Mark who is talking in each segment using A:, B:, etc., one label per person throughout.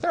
A: There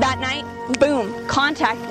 B: That night, boom, contact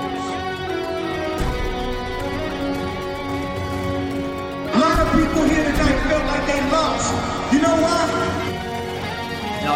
C: A lot of people here tonight felt like they lost. You know why?
D: Now,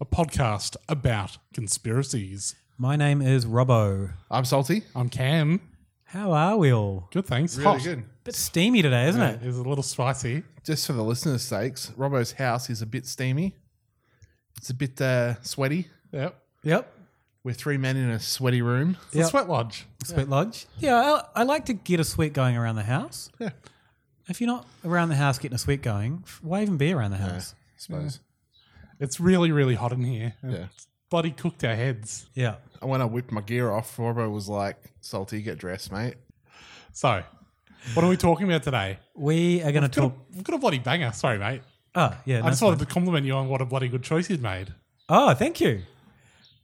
E: a podcast about conspiracies.
F: My name is Robbo.
G: I'm Salty.
E: I'm Cam.
F: How are we all?
E: Good, thanks.
G: Really good.
F: Bit steamy today, isn't
E: Yeah,
F: it?
E: It's a little spicy.
G: Just for the listeners' sakes, Robbo's house is a bit steamy. It's a bit uh, sweaty.
E: Yep.
F: Yep.
G: We're three men in a sweaty room.
E: It's a sweat lodge.
F: Sweat lodge. Yeah, I, I like to get a sweat going around the house.
G: Yeah.
F: If you're not around the house getting a sweat going, f- why even be around the house?
G: I suppose.
E: It's really, really hot in here.
G: Yeah.
E: Bloody cooked our heads.
F: Yeah.
G: And When I whipped my gear off, Robbo was like, "Salty, get dressed, mate."
E: So, what are we talking about today?
F: We are going to
E: We've got, a,
F: talk.
E: we've got a bloody banger. Sorry, mate.
F: Oh, yeah.
E: I just
F: no,
E: wanted to compliment you on what a bloody good choice you'd made.
F: Oh, thank you.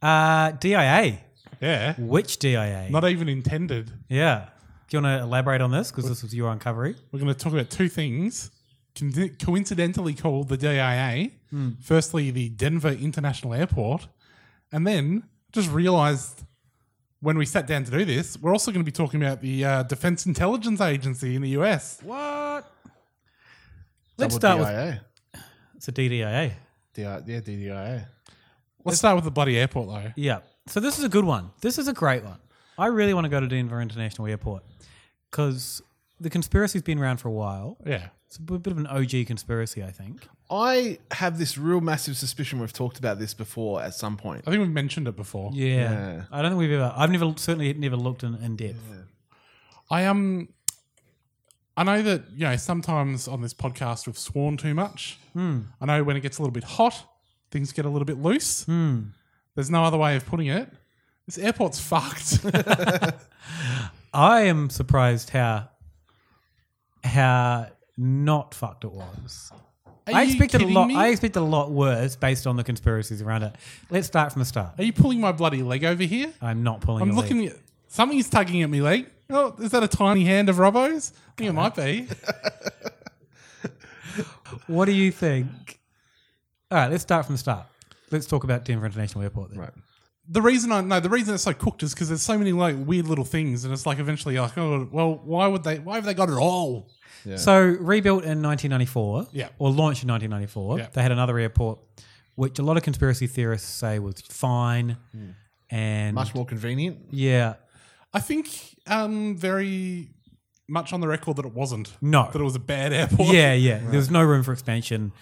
F: Uh, DIA.
E: Yeah.
F: Which DIA?
E: Not even intended.
F: yeah. Do you want to elaborate on this? Because this was your uncovery.
E: We're going to talk about two things con- coincidentally called the DIA.
F: Hmm.
E: Firstly, the Denver International Airport. And then just realized when we sat down to do this, we're also going to be talking about the uh, Defense Intelligence Agency in the US.
F: What? Let's
G: Double
F: start with
G: DIA.
F: it's a DDIA.
G: DIA. Yeah, DDIA.
E: Let's start with the bloody airport, though.
F: Yeah. So this is a good one. This is a great one. I really want to go to Denver International Airport because the conspiracy's been around for a while.
E: Yeah.
F: It's a b- bit of an OG conspiracy, I think.
G: I have this real massive suspicion we've talked about this before at some point.
E: I think we've mentioned it before.
F: Yeah.
G: Yeah.
F: I don't think we've ever. I've never certainly never looked in, in depth.
E: I Um, I know that you know sometimes on this podcast we've sworn too much.
F: Hmm.
E: I know when it gets a little bit hot, things get a little bit loose. There's no other way of putting it. This airport's fucked.
F: I am surprised how how not fucked it was.
E: Are
F: I
E: you
F: expected a
E: kidding
F: lot.
E: me?
F: I expected a lot worse based on the conspiracies around it. Let's start from the start.
E: Are you pulling my bloody leg over here?
F: I'm not pulling.
E: I'm
F: your leg.
E: looking. At, something's tugging at me leg. Oh, is that a tiny hand of Robbo's? I think it might be.
F: What do you think? All right, let's start from the start. Let's talk about Denver International Airport. Then.
G: Right.
E: the reason I no, the reason it's so cooked is because there's so many like weird little things, and it's like eventually you're like, oh well, why would they? Why have they got it all?
F: So rebuilt in 1994,
E: Yeah.
F: or launched in 1994.
E: Yeah.
F: They had another airport, which a lot of conspiracy theorists say was fine, and
G: Much more convenient.
F: Yeah,
E: I think um very much on the record that it wasn't.
F: No.
E: that it was a bad airport.
F: yeah, yeah. There was no room for expansion.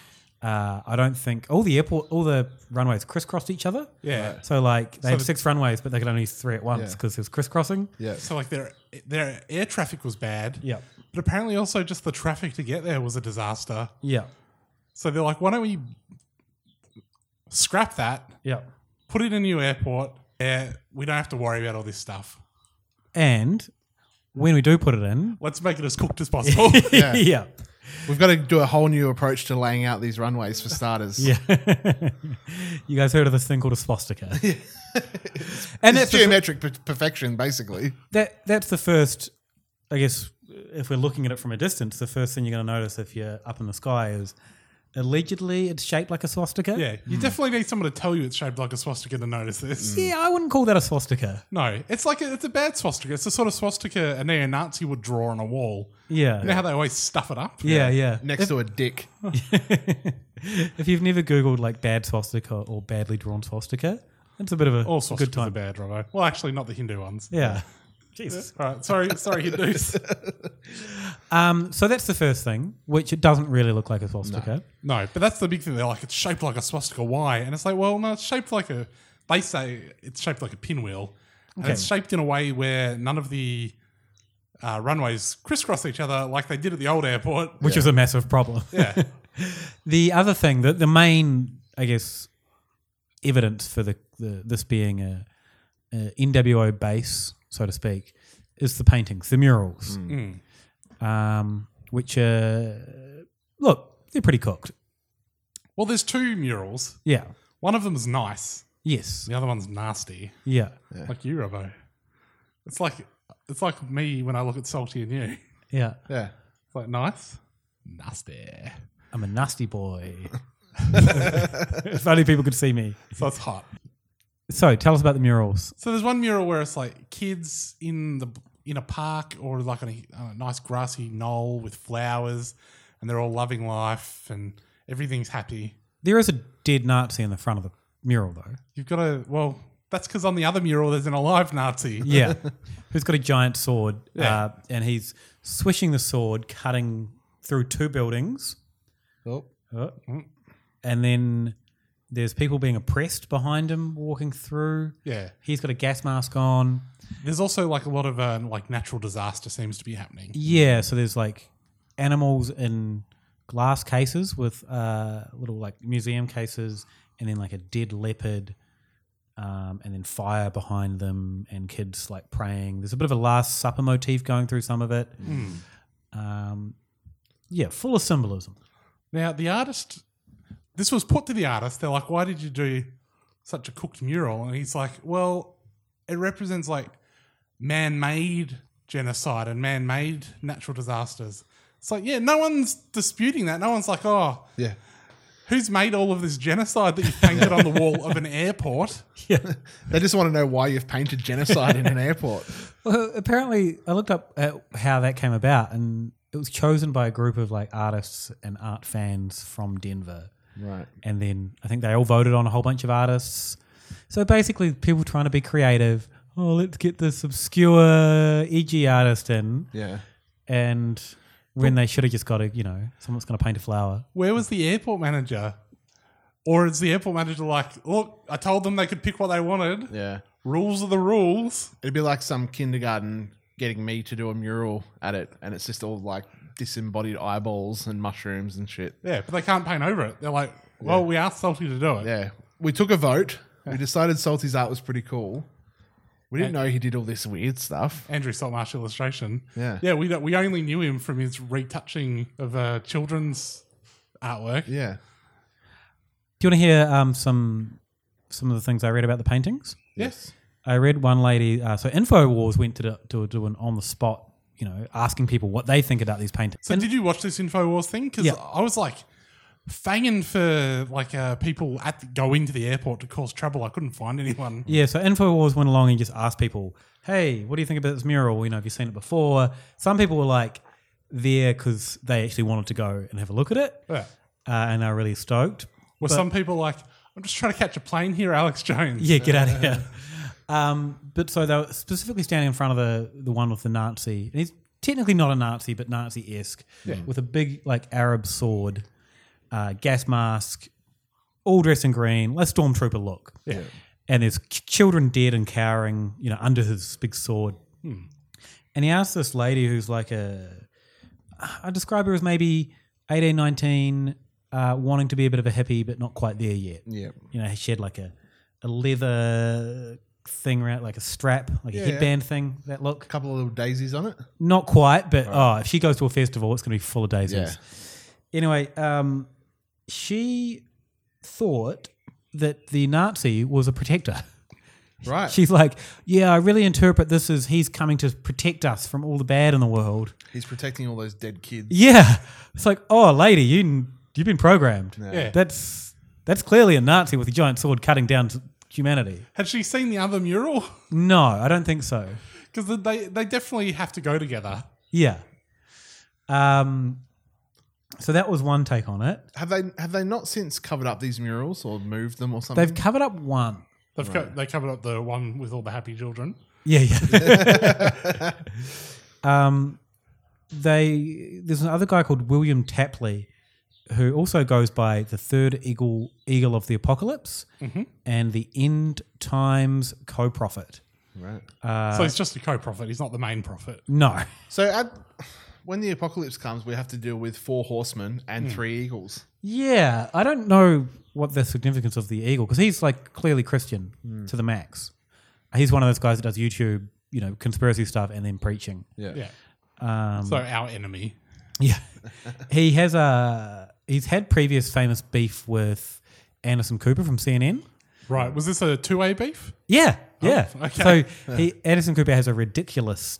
F: Uh, I don't think all the airport, all the runways crisscrossed each other.
E: yeah.
F: So like
E: So
F: they had
E: the-
F: six runways, but they could only use three at once
G: Yeah.
F: because it was crisscrossing.
G: Yeah.
E: So like their their air traffic was bad.
F: Yep.
E: But apparently also just the traffic to get there was a disaster.
F: Yeah,
E: So they're like, why don't we scrap that?
F: yeah.
E: Put in a new airport. Yeah, we don't have to worry about all this stuff.
F: And when we do put it in,
E: Let's make it as cooked as possible.
G: Yeah.
F: yeah.
G: We've got to do a whole new approach to laying out these runways for starters.
F: Yeah. you guys heard of this thing called a swastika? and
G: It's
F: that's the,
G: geometric per- perfection, basically.
F: that, that's the first, I guess, if we're looking at it from a distance, the first thing you're going to notice if you're up in the sky is
E: Allegedly, it's shaped like a swastika.
F: Yeah, you definitely need someone to tell you it's shaped like a swastika to notice this.
E: Mm. Yeah, I wouldn't call that a swastika.
F: No, it's like a, it's a bad swastika. It's the sort of swastika a neo-Nazi would draw on a wall.
E: Yeah.
F: you know how they always stuff it up.
E: Yeah, yeah.
H: Next to a dick.
E: If you've never Googled like bad swastika or badly drawn swastika, it's a bit of a
F: All
E: good
F: swastikas
E: time.
F: are bad, Robbo. Well, actually, not the Hindu ones.
E: Yeah. Jesus.
F: All right, sorry, sorry, Hindus.
E: Um, so that's the first thing, which it doesn't really look like a swastika.
F: no, but that's the big thing. They're like, it's shaped like a swastika. Why? And it's like, well, no, it's shaped like a. They say it's shaped like a pinwheel, and
E: Okay.
F: it's shaped in a way where none of the uh, runways crisscross each other like they did at the old airport,
E: which is a massive problem.
F: Yeah.
E: the other thing, the, the main, I guess, evidence for the, the this being a, a NWO base, so to speak, is the paintings, the murals,
F: Mm.
E: um, which are look, they're pretty cooked.
F: Well, there's two murals.
E: Yeah.
F: One of them's nice.
E: Yes.
F: The other one's nasty.
E: Yeah.
F: Like you, Robbo. It's like it's like me when I look at Salty and you.
E: Yeah.
H: Yeah.
F: It's like nice. Nasty.
E: I'm a nasty boy. if only people could see me.
F: So it's hot.
E: So tell us about the murals.
F: So there's one mural where it's like kids in the in a park or like on a, on a nice grassy knoll with flowers, and they're all loving life and everything's happy.
E: There is a dead Nazi in the front of the mural though.
F: You've got to well, that's because on the other mural there's an alive Nazi.
E: Yeah. Who's got a giant sword.
F: Yeah.
E: Uh, and he's swishing the sword, cutting through two buildings.
H: Oh.
E: And then there's people being oppressed behind him, walking through.
F: Yeah.
E: He's got a gas mask on.
F: There's also like a lot of uh, like natural disaster seems to be happening.
E: Yeah. So there's like animals in glass cases with uh, little like museum cases, and then like a dead leopard. Um, and then fire behind them, and kids like praying. There's a bit of a Last Supper motif going through some of it.
F: Hmm.
E: Um, yeah, full of symbolism.
F: Now, the artist, this was put to the artist. They're like, why did you do such a cooked mural? And he's like, well, it represents like man made genocide and man made natural disasters. It's like, yeah, no one's disputing that. No one's like, oh,
H: Yeah.
F: who's made all of this genocide that you painted on the wall of an airport?
E: Yeah.
H: They just want to know why you've painted genocide in an airport.
E: Well, apparently, I looked up at how that came about, and it was chosen by a group of like artists and art fans from Denver.
H: Right.
E: And then I think they all voted on a whole bunch of artists. So basically, people trying to be creative. Oh, let's get this obscure, edgy artist in.
H: Yeah.
E: And when they should have just got a, you know, someone's going to paint a flower.
F: Where was the airport manager? Or is the airport manager like, look, I told them they could pick what they wanted.
H: Yeah.
F: Rules are the rules.
H: It'd be like some kindergarten getting me to do a mural at it, and it's just all like disembodied eyeballs and mushrooms and shit.
F: Yeah, but they can't paint over it. They're like, well, we asked Salty to do it.
H: Yeah. We took a vote. We decided Salty's art was pretty cool. We didn't know he did all this weird stuff.
F: Andrew Saltmarsh illustration.
H: Yeah.
F: yeah. We don't, we only knew him from his retouching of uh, children's artwork.
H: Yeah,
E: Do you want to hear um, some some of the things I read about the paintings?
F: Yes.
E: I read one lady. Uh, so Infowars went to do, to do an on the spot, you know, asking people what they think about these paintings.
F: So did you watch this Infowars thing? Because
E: Yeah.
F: I was like fanging for like uh, people at the, go into the airport to cause trouble. I couldn't find anyone.
E: Yeah, so Infowars went along and just asked people, "Hey, what do you think about this mural? You know, have you seen it before?" Some people were like there because they actually wanted to go and have a look at it,
F: Yeah.
E: uh, and are really stoked.
F: Were
E: But-
F: some people like, I'm just trying to catch a plane here, Alex Jones.
E: Yeah, get out of here. Um, but so they were specifically standing in front of the the one with the Nazi, and he's technically not a Nazi, but Nazi esque,
F: Yeah.
E: with a big like Arab sword, uh, gas mask, all dressed in green, like stormtrooper look.
F: Yeah.
E: And there's ch- children dead and cowering, you know, under his big sword.
F: Hmm.
E: And he asked this lady who's like a, I describe her as maybe 18, 19, uh, wanting to be a bit of a hippie, but not quite there yet.
H: Yep.
E: You know, she had like a, a leather thing around, like a strap, like
H: Yeah,
E: a
H: yeah.
E: headband thing, that look. A
H: couple of little daisies on it.
E: Not quite, but oh, if she goes to a festival, it's going to be full of daisies. Anyway, um, she thought that the Nazi was a protector.
H: Right.
E: She's like, yeah, I really interpret this as he's coming to protect us from all the bad in the world.
H: He's protecting all those dead kids.
E: Yeah. It's like, oh, lady, you n- You've been programmed.
F: Yeah. Yeah.
E: That's that's clearly a Nazi with a giant sword cutting down t- humanity.
F: Had she seen the other mural?
E: No, I don't think so.
F: Because they they definitely have to go together.
E: Yeah. Um. So that was one take on it.
H: Have they have they not since covered up these murals or moved them or something?
E: They've covered up one.
F: They've co- they covered up the one with all the happy children.
E: Yeah, yeah. um, they there's another guy called William Tapley, who also goes by the third eagle eagle of the apocalypse
F: Mhm.
E: and the end times co-prophet.
H: Right.
E: Uh,
F: so he's just a co-prophet. He's not the main prophet.
E: no.
H: So at, when the apocalypse comes, we have to deal with four horsemen and
E: Hmm.
H: three eagles.
E: Yeah, I don't know what the significance of the eagle because he's like clearly Christian
H: Mm.
E: to the max. He's one of those guys that does YouTube, you know, conspiracy stuff and then preaching.
F: Yeah.
E: Um,
F: so our enemy.
E: Yeah. he has a he's had previous famous beef with Anderson Cooper from CNN.
F: Right. Was this a two-way beef?
E: Yeah,
F: Oh,
E: yeah.
F: okay.
E: So he Anderson Cooper has a ridiculous,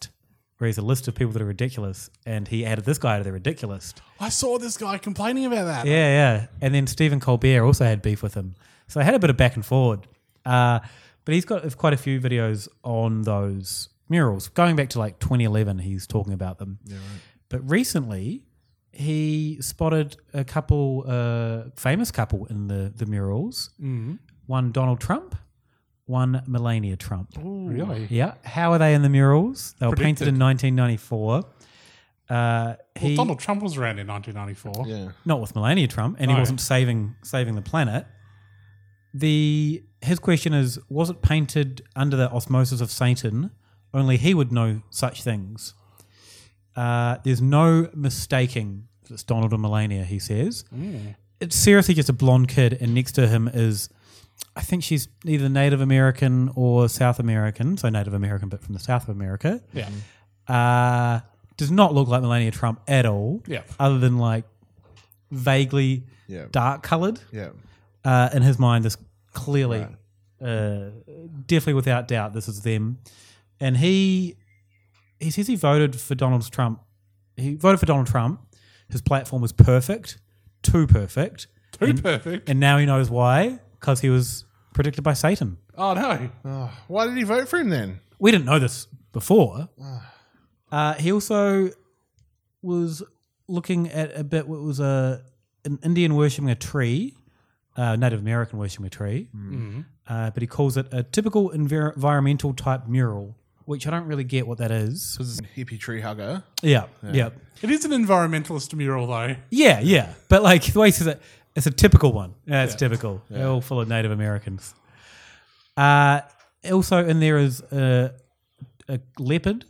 E: where he's a list of people that are ridiculous, and he added this guy to the ridiculous.
F: I saw this guy complaining about that.
E: Yeah, yeah. And then Stephen Colbert also had beef with him, so they had a bit of back and forward. Uh, but he's got quite a few videos on those murals, going back to like 2011. He's talking about them.
H: Yeah, right.
E: But recently, he spotted a couple, uh, famous couple in the the murals.
F: Mhm.
E: One Donald Trump, one Melania Trump.
F: Really?
E: Yeah. How are they in the murals? They were painted
F: Predicted.
E: in 1994. Uh,
F: Well,
E: he,
F: Donald Trump was around in 1994.
H: Yeah.
E: not with Melania Trump, and
F: No.
E: he wasn't saving saving the planet. The his question is: Was it painted under the osmosis of Satan? Only he would know such things. Uh, there's no mistaking that it's Donald and Melania. He says
F: Mm.
E: it's seriously just a blonde kid, and next to him is, I think she's either Native American or South American, so Native American, but from the South of America.
F: Yeah.
E: Uh, does not look like Melania Trump at all.
F: Yeah.
E: Other than like vaguely
H: Yeah.
E: dark colored.
H: Yeah.
E: Uh, in his mind, this clearly, uh, definitely without doubt, this is them. And he he says he voted for Donald Trump. He voted for Donald Trump. His platform was perfect, too perfect,
F: Too
E: And-
F: perfect.
E: and now he knows why because he was predicted by Satan.
F: Oh no.
H: why did he vote for him then?
E: We didn't know this before. Uh, he also was looking at a bit. What was a an Indian worshipping a tree, uh, Native American worshipping a tree,
H: Mm.
F: Mhm.
E: uh, but he calls it a typical envir- environmental type mural, which I don't really get what that is.
H: Because it's a hippie tree hugger.
E: Yeah, yeah.
F: It is an environmentalist mural though.
E: Yeah, yeah. But like the way he says it, it's a typical one. Yeah, it's
F: Yeah.
E: typical.
F: Yeah.
E: They're all full of Native Americans. Uh, also in there is a, a leopard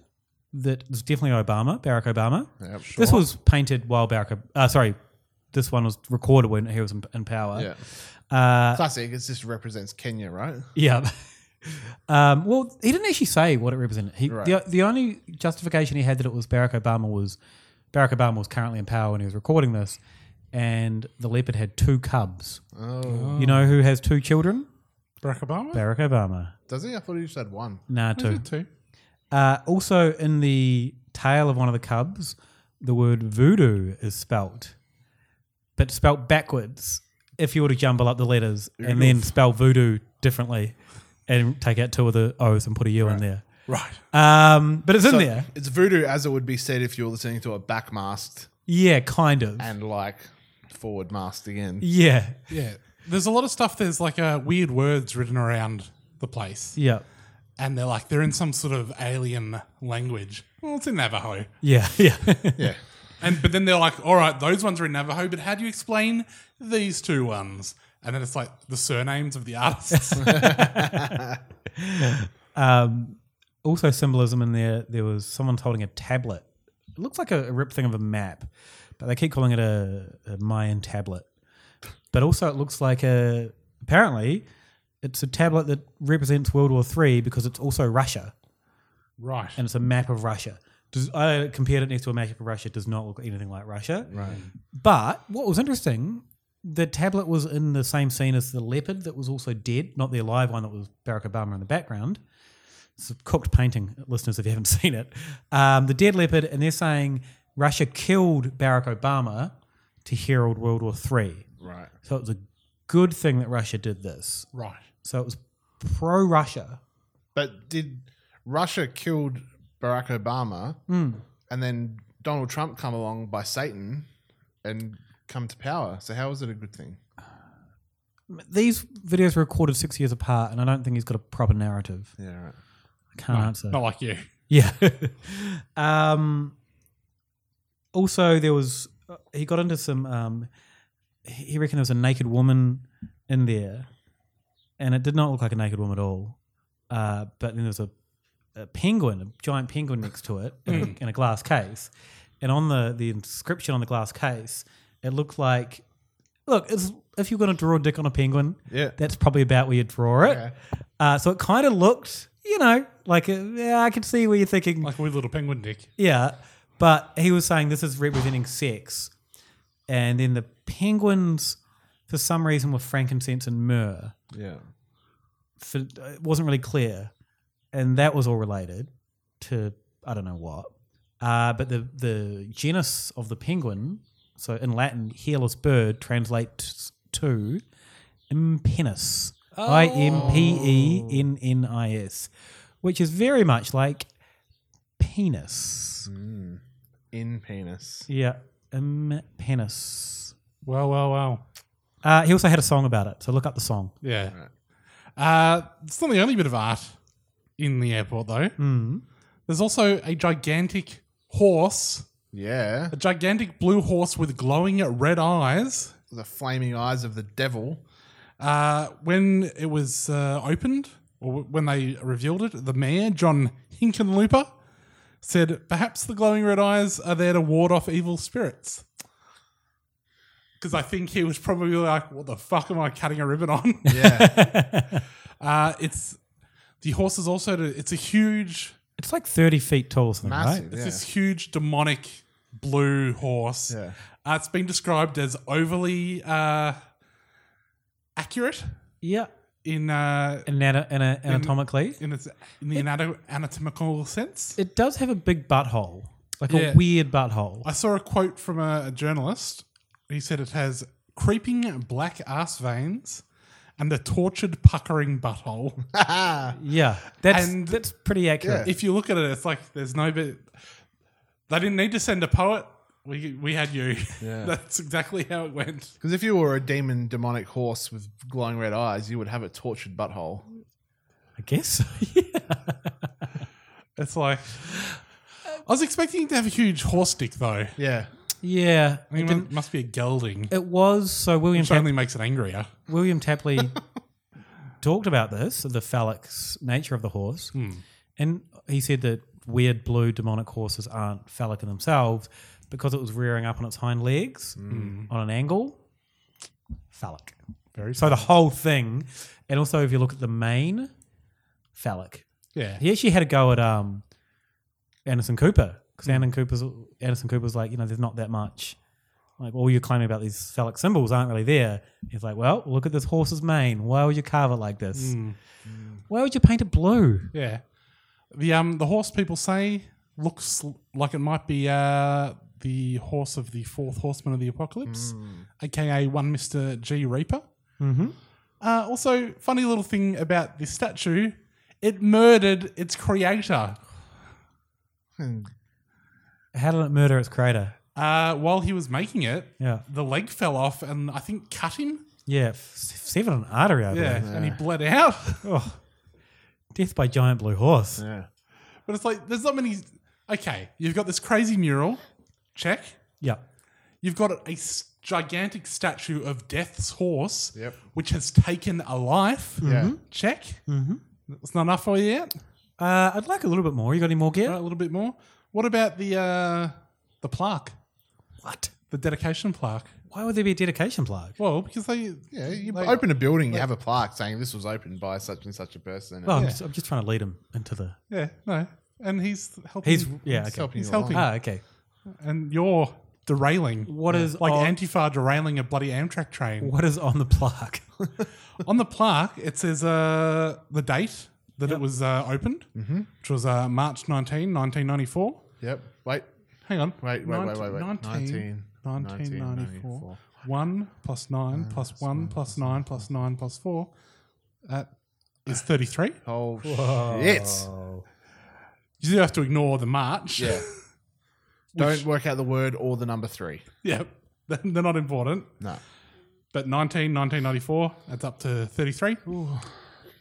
E: that is definitely Obama, Barack Obama.
H: Yeah,
E: This
H: sure.
E: was painted while Barack, Ob- uh, sorry, this one was recorded when he was in, in power.
H: Yeah.
E: Uh,
H: Classic. It just represents Kenya, right?
E: yeah. Um, well, he didn't actually say what it represented. He, the, the only justification he had that it was Barack Obama was Barack Obama was currently in power when he was recording this, and the leopard had two cubs.
H: Oh.
E: You know who has two children?
F: Barack Obama.
E: Barack Obama.
H: Does he? I thought he just had one.
E: Nah,
H: Is
E: two.
H: it two?
E: Uh, also, in the tail of one of the cubs, the word voodoo is spelt, but spelt backwards. If you were to jumble up the letters and then spell voodoo differently, and take out two of the O's and put a U in there,
H: Right.
E: Um, but it's
H: So
E: in there.
H: It's voodoo as it would be said if you were listening to a back masked
E: Yeah, kind of.
H: and like forward masked again.
E: Yeah.
F: Yeah. There's a lot of stuff. There's like uh, weird words written around the place.
E: Yeah.
F: And they're like they're in some sort of alien language. Well, it's in Navajo.
E: Yeah, yeah,
H: yeah.
F: And but then they're like, all right, those ones are in Navajo, but how do you explain these two ones? And then it's like the surnames of the artists.
E: um, also, symbolism in there. There was someone's holding a tablet. It looks like a, a rip thing of a map, but they keep calling it a, a Mayan tablet. But also, it looks like a. Apparently, it's a tablet that represents World War Three because it's also Russia.
F: Right.
E: And it's a map of Russia. Does, I compared it next to a map of Russia. It does not look anything like Russia.
H: Right.
E: But what was interesting, the tablet was in the same scene as the leopard that was also dead, not the alive one that was Barack Obama in the background. It's a cooked painting, listeners, if you haven't seen it. Um, the dead leopard, and they're saying Russia killed Barack Obama
F: to herald World War Three.
H: Right.
F: So it was a good thing that Russia did this.
H: Right.
F: So it was pro Russia.
H: But did Russia killed Barack Obama,
F: Hmm.
H: and then Donald Trump come along by Satan and come to power? So how is it a good thing?
F: These videos were recorded six years apart, and I don't think he's got a proper narrative.
H: Yeah, right.
F: I can't
H: No,
F: answer.
H: not like you.
F: Yeah. um. Also, there was he got into some. Um, he reckoned there was a naked woman in there, and it did not look like a naked woman at all. Uh, but then there was a, a penguin, a giant penguin next to it in,
H: Hmm.
F: a, in a glass case, and on the the inscription on the glass case, it looked like, look, it's, if you're going to draw a dick on a penguin,
H: Yeah.
F: that's probably about where you draw it.
H: Yeah.
F: Uh, so it kind of looked, you know, like a, yeah, I could see where you're thinking,
E: like a wee little penguin dick.
F: Yeah, but he was saying this is representing sex, and then the penguins, for some reason, were frankincense and myrrh.
H: Yeah.
F: For, it wasn't really clear, and that was all related to I don't know what. Uh, but the the genus of the penguin, so in Latin, hairless bird translates to impenis,
I: Oh.
F: I M P E N N I S, which is very much like penis.
H: Hmm. In penis.
F: Yeah, impenis.
E: Wow, wow, wow.
F: Uh, he also had a song about it, so look up the song.
E: Yeah. Uh, it's not the only bit of art in the airport, though.
H: Hmm.
E: There's also a gigantic horse.
H: Yeah.
E: A gigantic blue horse with glowing red eyes.
H: The flaming eyes of the devil.
E: Uh, when it was uh, opened, or when they revealed it, the mayor, John Hinkenlooper, said, Perhaps the glowing red eyes are there to ward off evil spirits. Because I think he was probably like, What the fuck am I cutting a ribbon on?
H: Yeah.
E: uh, it's the horse is also, it's a huge
F: It's like 30 feet tall, or something, right?
E: it's this huge demonic blue horse. Uh, it's been described as overly uh, accurate.
F: Yeah.
E: In uh,
F: Anat- ana-
E: in-
F: anatomically?
E: in, its in the anato- anatomical sense.
F: It does have a big butthole, like
E: Yeah.
F: a weird butthole.
E: I saw a quote from a, a journalist. He said it has creeping black ass veins and a tortured puckering butthole.
F: Yeah, that's that's pretty accurate.
E: If you look at it, it's like there's no bit. They didn't need to send a poet. We we had you.
H: Yeah.
E: That's exactly how it went.
H: Because if you were a demon, demonic horse with glowing red eyes, you would have a tortured butthole.
F: I guess.
E: It's like I was expecting to have a huge horse dick though.
H: Yeah.
F: Yeah,
E: I mean,
F: it
E: it
F: didn't-
E: must be a gelding.
F: It was so William
E: Which
F: Tap-
E: only makes it angrier.
F: William Tapley talked about this, the phallic nature of the horse,
E: Hmm.
F: and he said that weird blue demonic horses aren't phallic in themselves because it was rearing up on its hind legs
E: Hmm.
F: on an angle. Phallic.
E: Very
F: so the whole thing, and also if you look at the mane, phallic.
E: Yeah.
F: He actually had a go at um, Anderson
E: Hmm.
F: Cooper because Anderson Cooper's Anderson Cooper's like, you know, there's not that much. Like all you're claiming about these phallic symbols aren't really there. He's like, well, look at this horse's mane. Why would you carve it like this?
E: Mm.
F: Why would you paint it blue?
E: Yeah. The um the horse people say looks l- like it might be uh the horse of the fourth horseman of the apocalypse, aka one Mister G Reaper.
F: Mhm.
E: Uh, also, funny little thing about this statue, it murdered its creator
F: How did it murder its creator?
E: uh, while he was making it.
F: Yeah.
E: the leg fell off and I think cut him.
F: Yeah, f- severed an artery. I
E: yeah,
F: believe.
E: and he bled out.
F: oh, death by giant blue horse.
H: Yeah.
E: But it's like there's not many. Okay, you've got this crazy mural, check.
F: Yeah.
E: You've got a s- gigantic statue of Death's horse,
H: Yep.
E: which has taken a life.
H: Yeah. Mhm.
E: check.
F: Mhm.
E: That's not enough for you yet.
F: Uh, I'd like a little bit more. You got any more gear?
E: Uh, a little bit more. What about the uh, the plaque?
F: What?
E: The dedication plaque.
F: Why would there be a dedication plaque?
E: Well, because they
H: yeah, you
E: they-
H: open a building, you have a plaque saying this was opened by such and such a person.
E: Oh,
F: Well, Oh, I'm,
H: Yeah.
F: just, I'm just trying to lead him into the.
E: Yeah, no, and he's helping.
F: He's- yeah, okay.
E: he's
F: He's
E: helping.
F: Ah, okay.
E: And you're derailing. What
F: What
E: is
F: is
E: like
F: on-
E: Antifa derailing a bloody Amtrak train?
F: What is on the plaque?
E: on the plaque? It says uh, the date that it was uh, opened,
H: Mhm.
E: which was uh, March 19, 1994.
H: Yep. Wait.
E: Hang on.
H: Wait, wait, wait,
E: Nineteen-
H: wait, wait.
E: 19.
H: 19.
F: 1994. 1 plus 9 plus 1 plus 9 plus 9 plus 4 that is 33.
H: Oh,
F: Whoa.
H: shit.
F: You do have to ignore the March.
H: Yeah. Don't work out the word or the number three.
F: Yep. They're not important.
H: No.
F: But 19, 1994, that's up to 33.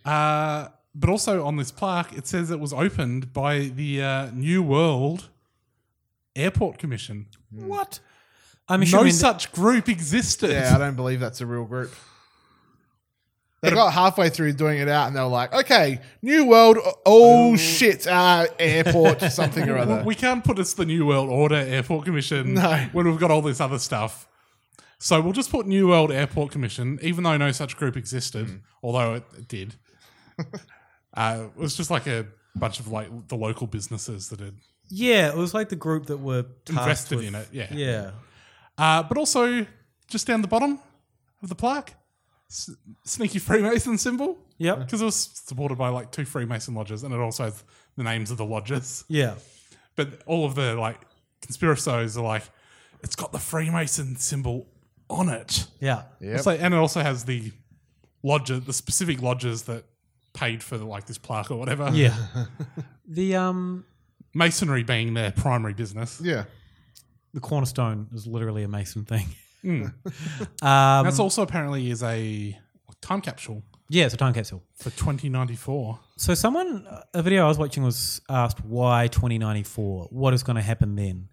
F: Uh, but also on this plaque, it says it was opened by the uh, New World Airport Commission.
H: Hmm.
E: What?
F: I'm no
H: assuming that-
F: such group existed.
H: Yeah, I don't believe that's a real group. They got halfway through doing it out and they were like, okay, New World, oh, shit, uh, airport, something or other.
F: Um, We can't put it's the New World Order Airport Commission
H: No.
F: when we've got all this other stuff. So we'll just put New World Airport Commission, even though no such group existed,
H: Hmm.
F: although it, it did. uh, it was just like a bunch of like the local businesses that had
E: Yeah, it was like the group that were tasked
F: invested
E: with-
F: in it. Yeah,
E: yeah.
F: Uh, but also, just down the bottom of the plaque, s- sneaky Freemason symbol.
E: Yep.
F: because it was supported by like two Freemason lodges, and it also has the names of the lodges.
E: Yeah.
F: but all of the like conspiracies are like, it's got the Freemason symbol on it.
E: Yeah. Yep.
F: It's like- and it also has the lodges, the specific lodges that paid for like this plaque or whatever.
E: Yeah. the um
F: masonry being their primary business.
H: Yeah.
E: The cornerstone is literally a Mason thing.
F: Mm.
E: Um,
F: That's also apparently is a time capsule
E: Yeah, it's a time capsule.
F: for 2094.
E: So someone, a video I was watching was asked why 2094. What is going to happen then?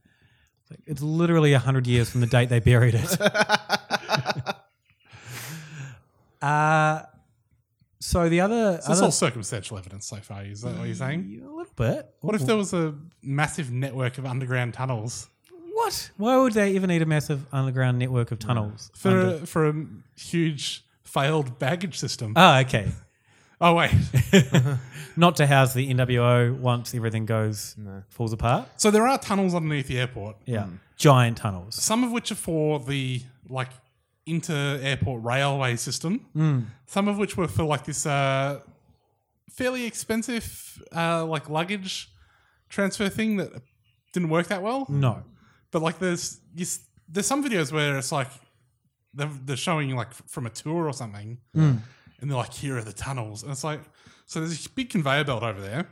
E: It's, like, it's literally hundred years from the date they buried it. uh, so the other,
F: So it's
E: other
F: all circumstantial evidence so far. Is that what you're saying?
E: A little bit.
F: What if there was a massive network of underground tunnels
E: what? Why would they even need a massive underground network of tunnels?
F: for
E: under-
F: a, for a huge failed baggage system?
E: Oh, okay.
F: Oh wait.
E: Not to house the NWO once everything goes falls apart.
F: so there are tunnels underneath the airport.
E: Yeah, giant tunnels.
F: Some of which are for the like inter-airport railway system.
E: Mm.
F: Some of which were for like this uh, fairly expensive uh, like luggage transfer thing that didn't work that well.
E: No.
F: but like there's you, s- there's some videos where it's like they're, they're showing like f- from a tour or something,
E: Mm.
F: and they're like here are the tunnels, and it's like so there's a big conveyor belt over there.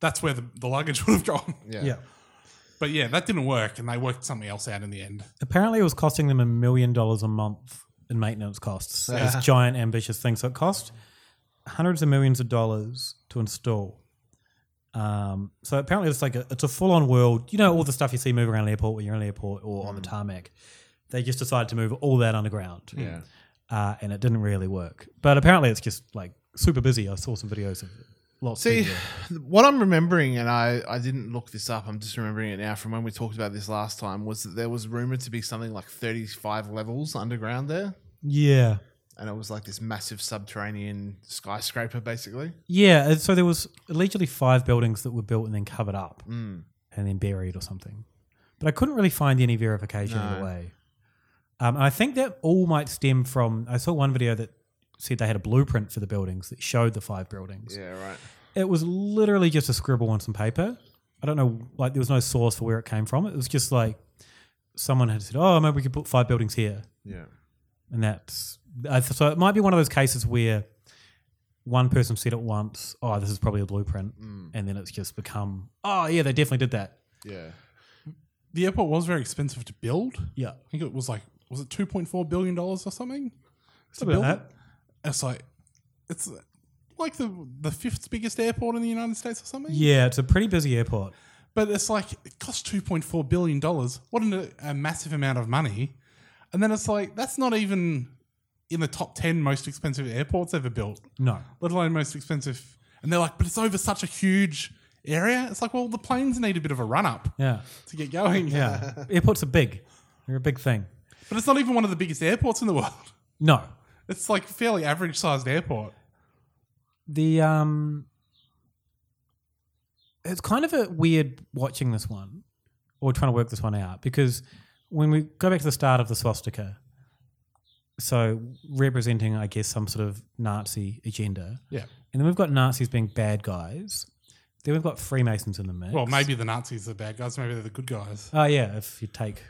F: That's where the, the luggage would have gone.
E: Yeah. Yeah.
F: But yeah, that didn't work, and they worked something else out in the end.
E: Apparently, it was costing them a million dollars a month in maintenance costs. This
F: Yeah.
E: giant, ambitious thing. So it cost hundreds of millions of dollars to install. Um, so apparently, it's like a, it's a full-on world. You know, all the stuff you see move around an airport when you're in an airport or on the tarmac. They just decided to move all that underground.
H: Yeah.
E: uh, and it didn't really work. But apparently, it's just like super busy. I saw some videos of lots. of
H: See,
E: people.
H: what I'm remembering, and I, I didn't look this up, I'm just remembering it now from when we talked about this last time, was that there was rumored to be something like 35 levels underground there.
E: yeah.
H: And it was like this massive subterranean skyscraper, basically.
E: Yeah, and so there was allegedly five buildings that were built and then covered up
H: Mm.
E: and then buried or something. But I couldn't really find any verification either
H: No.
E: way. Um, and I think that all might stem from I saw one video that said they had a blueprint for the buildings that showed the five buildings.
H: Yeah, right.
E: It was literally just a scribble on some paper. I don't know, like there was no source for where it came from. It was just like someone had said, "Oh, maybe we could put five buildings here."
H: Yeah.
E: and that's I th- so it might be one of those cases where one person said it once, "Oh, this is probably a blueprint,"
H: Mm.
E: and then it's just become, "Oh, yeah, they definitely did that."
H: Yeah.
F: The airport was very expensive to build.
E: Yeah.
F: I think it was like was it two point four billion dollars or something? To
E: Something
F: build
E: like
F: it? It's like it's like the the fifth biggest airport in the United States or something.
E: Yeah, it's a pretty busy airport.
F: But it's like it costs two point four billion dollars. What an, a massive amount of money! And then it's like that's not even in the top ten most expensive airports ever built.
E: No.
F: let alone most expensive. And they're like, but it's over such a huge area. It's like, well, the planes need a bit of a run up
E: Yeah,
F: to get going.
E: yeah. Airports are big; they're a big thing.
F: But it's not even one of the biggest airports in the world.
E: No,
F: It's like fairly average sized airport.
E: the um, it's kind of a weird watching this one or trying to work this one out because when we go back to the start of the swastika, so representing, I guess, some sort of Nazi agenda.
F: Yeah.
E: And then we've got Nazis being bad guys. Then we've got Freemasons in the mix. Uh,
F: Well, maybe the Nazis are bad guys, maybe they're the good guys.
E: Oh yeah, if you take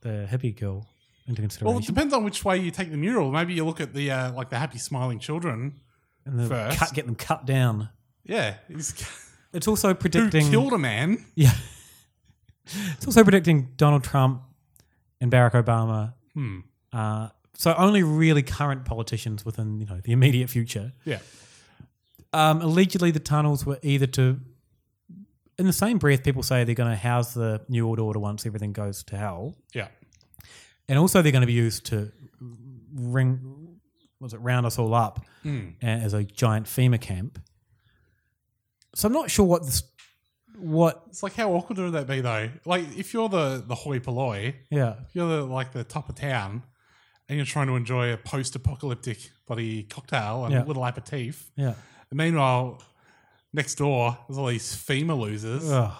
E: the hippie girl into
F: Well, it
E: consideration.
F: depends on which way you take the mural. Maybe you look at the uh, like the happy smiling children
E: and then
F: first.
E: cut, get them cut down.
F: yeah, it's,
E: It's also predicting
F: who killed a man.
E: Yeah. It's also predicting Donald Trump and Barack Obama.
F: Hmm.
E: Uh, so only really current politicians within you know the immediate future.
F: Yeah.
E: Um, allegedly, the tunnels were either to. In the same breath, people say they're going to house the New World Order once everything goes to hell.
F: Yeah.
E: And also, they're going to be used to ring, was it round us all up
F: Mm.
E: a- as a giant FEMA camp. So I'm not sure what this, what
F: It's like how awkward would that be though? Like if you're the the hoi polloi,
E: Yeah.
F: if you're the like the top of town, and you're trying to enjoy a post-apocalyptic bloody cocktail and
E: Yeah.
F: a little aperitif.
E: Yeah.
F: And meanwhile, next door there's all these FEMA losers.
E: Ugh.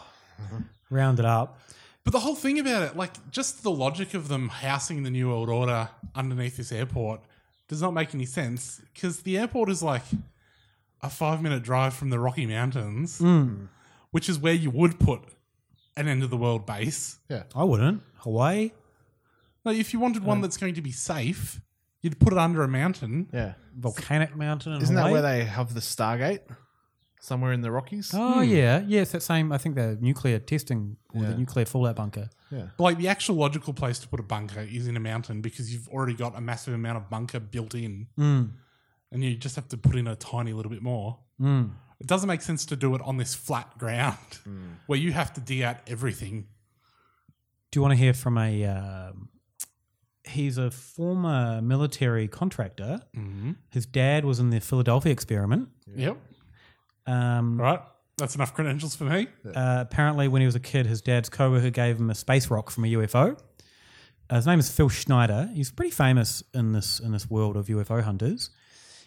E: round it up.
F: But the whole thing about it, like just the logic of them housing the New World Order underneath this airport does not make any sense because the airport is like a five minute drive from the Rocky Mountains,
E: Mm.
F: which is where you would put an end of the world base.
H: Yeah.
E: I wouldn't. Hawaii.
F: Like if you wanted one that's going to be safe, you'd put it under a mountain.
H: Yeah.
E: Volcanic mountain. In
H: Isn't that
E: Hawaii?
H: where they have the Stargate? Somewhere in the Rockies?
E: Oh yeah, yeah. It's that same. I think the nuclear testing or
H: Yeah.
E: the nuclear fallout bunker.
H: Yeah.
F: But, Like the actual logical place to put a bunker is in a mountain because you've already got a massive amount of bunker built in,
E: Mm.
F: and you just have to put in a tiny little bit more.
E: Mm.
F: It doesn't make sense to do it on this flat ground
E: Mm.
F: where you have to dig out everything.
E: Do you want to hear from a? Um, he's a former military contractor.
F: Mhm.
E: His dad was in the Philadelphia experiment.
F: Yep.
E: Um,
F: All right. That's enough credentials for me.
E: Uh, apparently, when he was a kid, his dad's coworker gave him a space rock from a UFO. Uh, his name is Phil Schneider. He's pretty famous in this in this world of UFO hunters.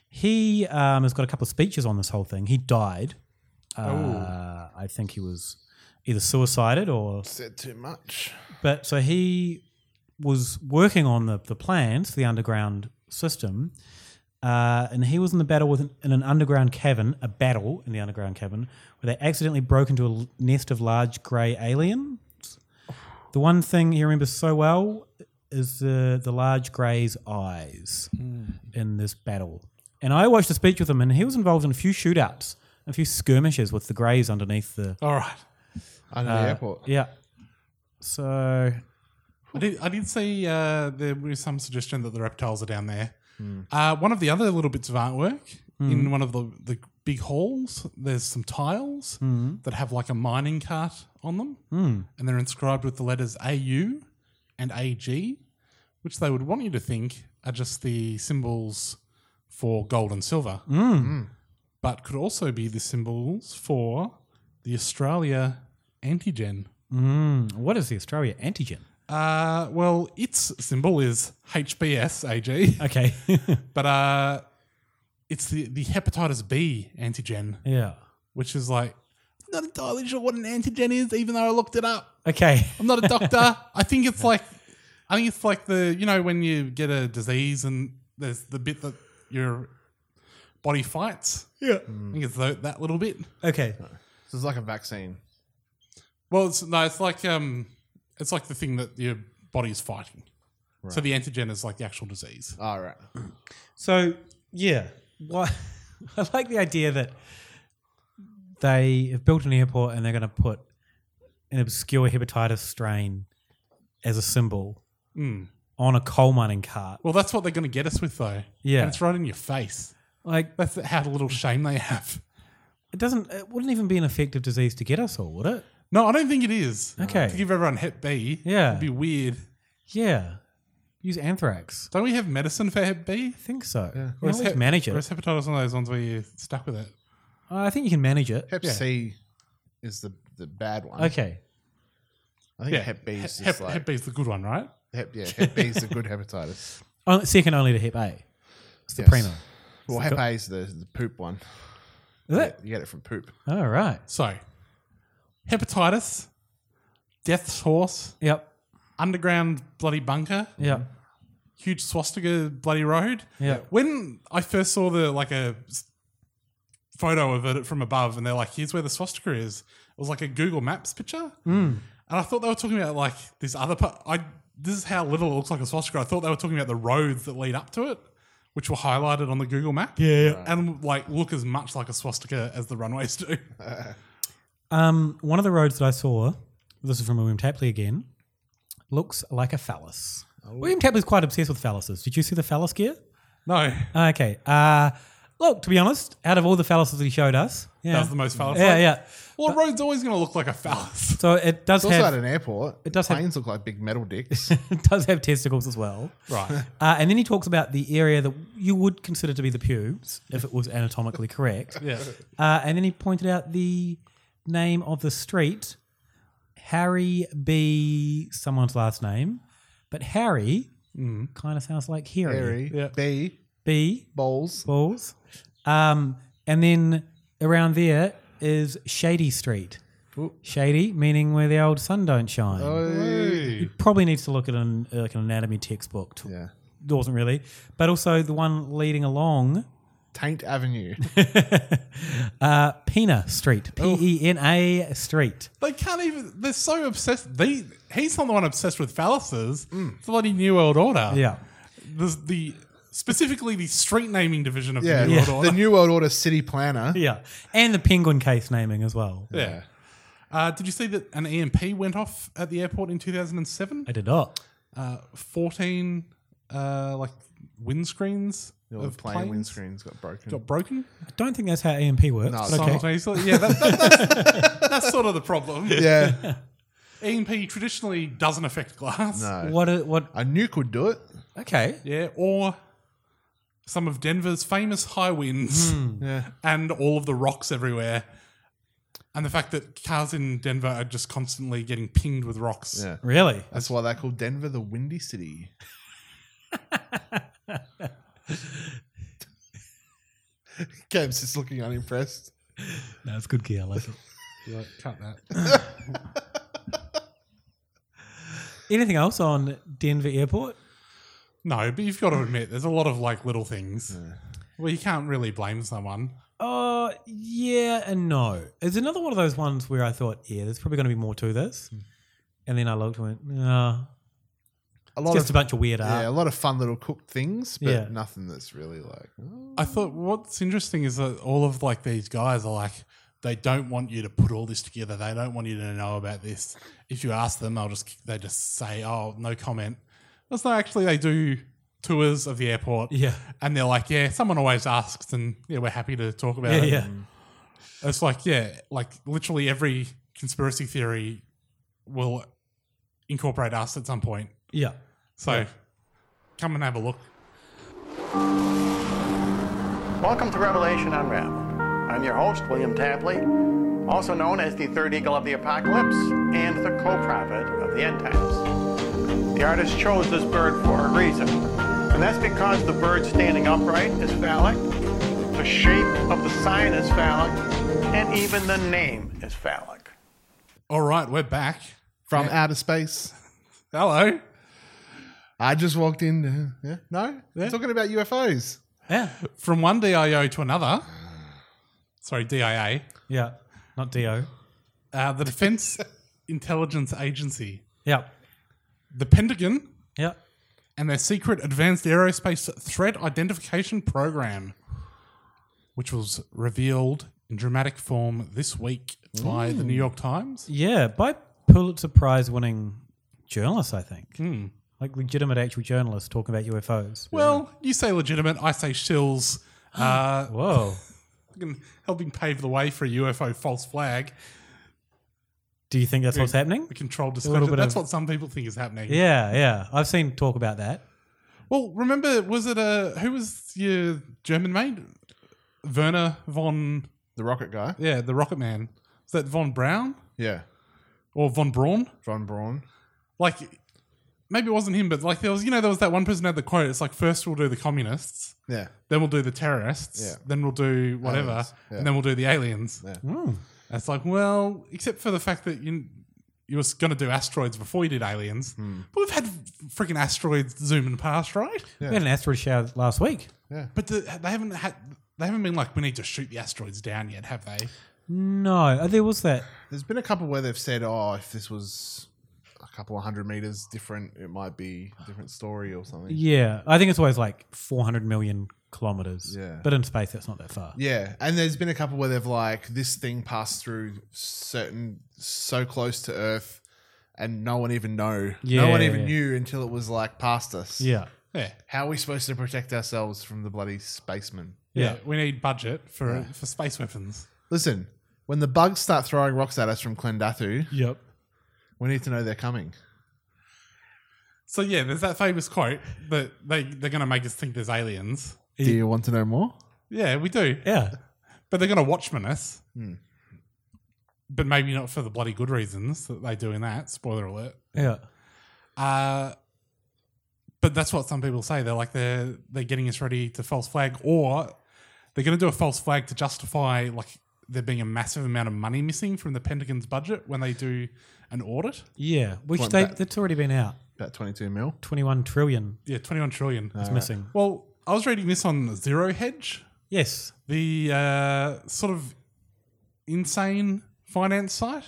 E: He um, has got a couple of speeches on this whole thing. He died. Uh, I think he was either suicided or
H: Said too much.
E: but so he was working on the the plans for the underground system, uh, and he was in the battle with an, in an underground cavern, a battle in the underground cavern where they accidentally broke into a l- nest of large grey aliens. The one thing he remembers so well is uh, the the large grey's eyes in this battle. And I watched a speech with him, and he was involved in a few shootouts, a few skirmishes with the greys underneath the.
F: All right.
H: Under
E: uh,
H: the airport.
E: Yeah. So
F: I did, I did see uh, there was some suggestion that the reptiles are down there.
H: Hmm.
F: Uh, one of the other little bits of artwork
E: Hmm.
F: in one of the, the big halls, there's some tiles
E: Hmm.
F: that have like a mining cart on them,
E: Hmm.
F: and they're inscribed with the letters AU and AG, which they would want you to think are just the symbols for gold and silver,
E: Mm.
F: but could also be the symbols for the Australia antigen.
E: Mm. What is the Australia antigen?
F: Uh, well, its symbol is HBS AG.
E: Okay.
F: but uh, it's the, the hepatitis B antigen.
E: Yeah.
F: Which is like, not entirely sure what an antigen is, even though I looked it up.
E: Okay.
F: I'm not a doctor. I think it's like, I think it's like the, you know, when you get a disease and there's the bit that your body fights.
E: Yeah.
F: I think it's tho- that little bit.
E: Okay.
H: So it's like a vaccine.
F: Well, it's, no, it's like, um, it's like the thing that your body is fighting. So
H: Right.
F: the antigen is like the actual disease.
H: All right.
E: So yeah, what I like the idea that they have built an airport and they're going to put an obscure hepatitis strain as a symbol
F: Mm.
E: on a coal mining cart.
F: Well, that's what they're going to get us with, though.
E: Yeah.
F: and it's right in your face.
E: Like
F: that's how little shame they have.
E: It doesn't. It wouldn't even be an effective disease to get us all, would it?
F: No, I don't think it is.
E: Okay.
F: to give everyone Hep B.
E: Yeah.
F: it'd be weird.
E: Yeah. Use anthrax.
F: Don't we have medicine for Hep B? I
E: think so. Yeah.
F: Or
E: You
F: is
E: always
F: hep-
E: manage it.
F: Or is hepatitis one of those ones where you're stuck with it?
E: Uh, I think you can manage it.
H: Hep C is the, the bad one.
E: Okay.
H: I think
F: Uh, Yeah.
H: Hep B is just
F: Hep- hep-
H: like.
F: Hep B is the good one, right?
H: Hep, yeah, Hep B is the good hepatitis.
E: Oh, second only to Hep A. It's the
H: Yes.
E: primo.
H: Well,
E: It's the
H: Hep A is the, the poop one.
E: Is
H: You
E: it?
H: get- You get it from poop.
E: All right.
F: So, hepatitis, death's horse.
E: Yep.
F: Underground bloody bunker.
E: Yep.
F: Huge swastika bloody road.
E: Yep.
F: When I first saw the like a s- photo of it from above, and they're like, "Here's where the swastika is." It was like a Google Maps picture,
E: Mm.
F: and I thought they were talking about like this other part. I this is how little it looks like a swastika. I thought they were talking about the roads that lead up to it, which were highlighted on the Google map.
E: Yeah.
F: And like look as much like a swastika as the runways do.
E: Um, one of the roads that I saw, this is from William Tapley again, looks like a phallus. William Tapley's quite obsessed with phalluses. Did you see the phallus gear?
F: No.
E: Okay. Uh, look, to be honest, out of all the phalluses he showed us, yeah.
F: That was the most phallus.
E: Yeah, yeah.
F: Well, a road's always going to look like a phallus.
E: So it does
H: it's also
E: have
H: at an airport. It does planes look like big metal dicks.
E: it does have testicles as well.
H: Right.
E: Uh, and then he talks about the area that you would consider to be the pubes if it was anatomically correct.
F: Yeah.
E: Uh, and then he pointed out the name of the street, Harry B. Someone's last name, but Harry kind of sounds like Harry.
H: Harry, Yeah. B.
E: B.
H: Bowls.
E: Bowls. Um, and then around there is Shady Street. Shady, meaning where the old sun don't shine.
H: Oh. Oi.
E: You probably needs to look at an uh, like an anatomy textbook. To, yeah, doesn't really. But also the one leading along
H: Taint Avenue.
E: uh, Pena Street, P E N A Street.
F: They can't even. They're so obsessed. They he's not the one obsessed with phalluses.
H: Mm.
F: It's the bloody New World Order.
E: Yeah.
F: The, the specifically the street naming division of
H: Yeah,
F: the New World Order.
H: the New World Order city planner.
E: Yeah, and the penguin case naming as well.
F: yeah. Uh, did you see that an EMP went off at the airport in 2007?
E: I did not.
F: Uh, 14 uh, like windscreens
H: The old
F: of
H: plane
F: planes
H: windscreens got broken.
F: got broken.
E: I don't think that's how EMP works.
H: No,
E: but
H: it's
E: okay.
H: not.
F: Simultaneously. Yeah, that, that, that's, that's sort of the problem.
H: Yeah.
F: EMP traditionally doesn't affect glass.
H: No.
E: What? A, what?
H: A nuke would do it.
E: Okay.
F: Yeah, or some of Denver's famous high winds
H: Hmm, Yeah.
F: and all of the rocks everywhere. And the fact that cars in Denver are just constantly getting pinged with rocks.
H: Yeah.
E: Really?
H: That's why they call Denver the Windy City. Gabe's just looking unimpressed.
E: No, it's good gear. I like it.
F: cut that.
E: Anything else on Denver Airport?
F: no, but you've got to admit, there's a lot of like little things. Well, you can't really blame someone.
E: Uh, yeah and no. It's another one of those ones where I thought, yeah, there's probably going to be more to this,
F: Hmm.
E: and then I looked and went, nah.
H: A
E: It's just a bunch of weird art.
H: Yeah, a lot of fun little cooked things, but
E: Yeah.
H: nothing that's really like. "Oh."
F: I thought what's interesting is that all of like these guys are like they don't want you to put all this together. They don't want you to know about this. If you ask them, they'll just they just say, "Oh, no comment." That's not actually they do tours of the airport.
E: Yeah.
F: and they're like, "Yeah, someone always asks, and yeah, we're happy to talk about
E: Yeah,
F: it." Mm.
E: yeah.
F: It's like yeah, like literally every conspiracy theory will incorporate us at some point.
E: Yeah.
F: So come and have a look.
J: Welcome to Revelation Unraveled. I'm your host, William Tapley, also known as the Third Eagle of the Apocalypse and the co prophet of the End Times. The artist chose this bird for a reason, and that's because the bird standing upright is phallic, the shape of the sign is phallic, and even the name is phallic.
F: All right, we're back
H: From outer space.
F: Hello.
H: I just walked in. uh, Yeah. No? Talking about UFOs.
E: Yeah.
F: From one DIO to another. Sorry, DIA.
E: Yeah, not Do.
F: Uh, the Defense Intelligence Agency.
E: Yeah.
F: The Pentagon.
E: Yeah.
F: And their secret advanced aerospace threat identification program, which was revealed in dramatic form this week by the New York Times.
E: Yeah, by Pulitzer Prize winning journalists, I think.
F: Hmm.
E: Like legitimate actual journalists talking about UFOs.
F: Well, you say legitimate, I say shills. Uh,
E: Whoa.
F: fucking helping pave the way for a UFO false flag.
E: Do you think that's what's happening?
F: The controlled
E: A little
F: disclosure.
E: bit
F: That's
E: of-
F: what some people think is happening.
E: Yeah, yeah. I've seen talk about that.
F: Well, remember, was it a who was your German mate? Werner von
H: the rocket guy.
F: Yeah, the rocket man. Was that von Braun
H: Yeah.
F: or von Braun?
H: Von Braun.
F: Like, maybe it wasn't him, but like there was, you know, there was that one person who had the quote. It's like first we'll do the communists,
H: Yeah.
F: then we'll do the terrorists,
H: Yeah.
F: then we'll do whatever,
H: Aliens, yeah.
F: and then we'll do the aliens.
H: Yeah.
E: Mm.
F: And It's like, well, except for the fact that you you was going to do asteroids before you did aliens,
H: Hmm.
F: but we've had freaking asteroids zooming past, right?
E: We had an asteroid shower last week.
H: Yeah.
F: But the, they haven't had. They haven't been like we need to shoot the asteroids down yet, have they?
E: No, uh, there was that.
H: There's been a couple where they've said, oh, if this was. I a couple of hundred meters different, it might be a different story or something.
E: Yeah, I think it's always like 400 million kilometers.
H: Yeah.
E: But in space, that's not that far.
H: Yeah, and there's been a couple where they've like this thing passed through certain so close to Earth, and no one even know. no one even
E: Yeah.
H: knew until it was like past us.
E: Yeah.
F: Yeah.
H: How are we supposed to protect ourselves from the bloody spacemen?
F: Yeah, we need budget for
H: Yeah.
F: for space weapons.
H: Listen, when the bugs start throwing rocks at us from Clendathu,
F: yep,
H: we need to know they're coming.
F: So yeah, there's that famous quote that they they're going to make us think there's aliens.
H: Do you want to know more?
F: Yeah, we do.
E: Yeah,
F: but they're going to watchman us.
H: Hmm.
F: But maybe not for the bloody good reasons that they do in that. Spoiler alert.
E: Yeah.
F: Uh, but that's what some people say. They're like they're they're getting us ready to false flag, or they're going to do a false flag to justify like there being a massive amount of money missing from the Pentagon's budget when they do an audit.
E: Yeah, which
F: What,
E: they,
F: that-
E: that's already been out.
H: About 22 mil?
E: 21 trillion.
F: Yeah, 21 trillion.
E: It's Alright. missing.
F: Well, I was reading this on Zero Hedge.
E: Yes.
F: The uh, sort of insane finance site.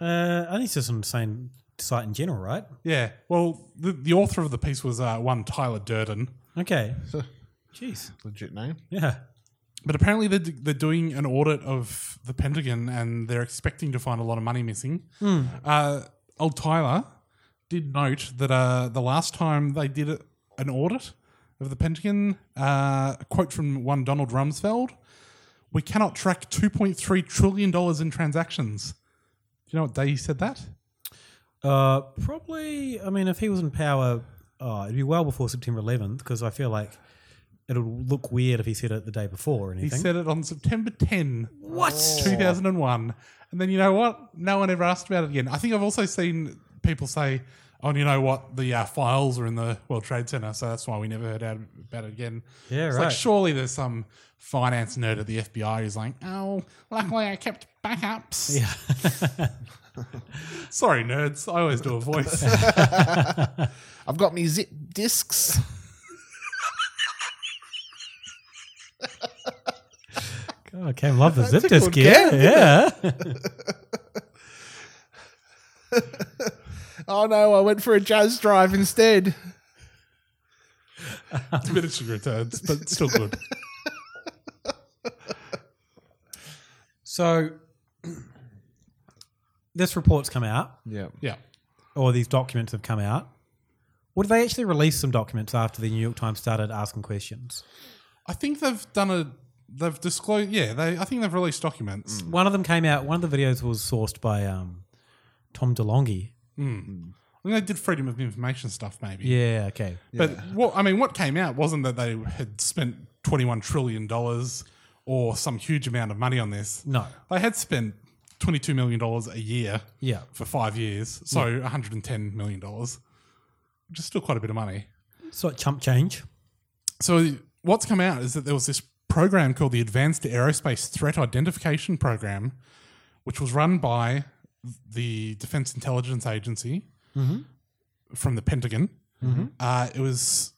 E: Uh, I think it's just an insane site in general, right?
F: Yeah. Well, the, the author of the piece was uh, one Tyler Durden.
E: Okay. Jeez.
H: Legit name.
E: Yeah.
F: But apparently they're, d- they're doing an audit of the Pentagon and they're expecting to find a lot of money missing.
E: Hmm.
F: Uh, old Tyler did note that uh, the last time they did a- an audit of the Pentagon, uh, a quote from one Donald Rumsfeld, we cannot track $2.3 trillion in transactions. Do you know what day he said that?
E: Uh, probably. I mean, if he was in power, oh, it'd be well before September 11th because I feel like it'll look weird if he said it the day before or anything.
F: He said it on September 10.
E: What?
F: 2001. And then you know what? No one ever asked about it again. I think I've also seen people say, oh, and you know what? The uh, files are in the World Trade Center, so that's why we never heard out about it again.
E: Yeah,
F: it's like
E: right.
F: surely there's some finance nerd at the FBI who's like, oh, luckily I kept backups.
E: Yeah.
F: Sorry, nerds. I always do a voice.
H: I've got me zip discs.
E: God, I can love the
H: That's
E: zip
H: a
E: disk
H: good
E: yeah.
H: guess,
E: Yeah.
H: Oh no, I went for a jazz drive instead.
F: Diminishing returns, but still good.
E: so this report's come out.
H: Yeah.
F: Yeah.
E: Or these documents have come out. Or did they actually release some documents after the New York Times started asking questions?
F: I think they've done a, they've disclosed, yeah, they, I think they've released documents.
E: One of them came out. One of the videos was sourced by um, Tom DeLonghi.
F: Mm. I think they did freedom of information stuff, maybe.
E: Yeah, okay.
F: But
E: Yeah.
F: what I mean, what came out wasn't that they had spent twenty-one trillion dollars or some huge amount of money on this.
E: No.
F: they had spent twenty-two million dollars a year.
E: Yeah.
F: for five years, so one hundred and ten million dollars, which is still quite a bit of money.
E: So chump change.
F: So what's come out is that there was this program called the Advanced Aerospace Threat Identification Program, which was run by the Defense Intelligence Agency
E: Mhm.
F: from the Pentagon.
E: Mhm.
F: Uh, it was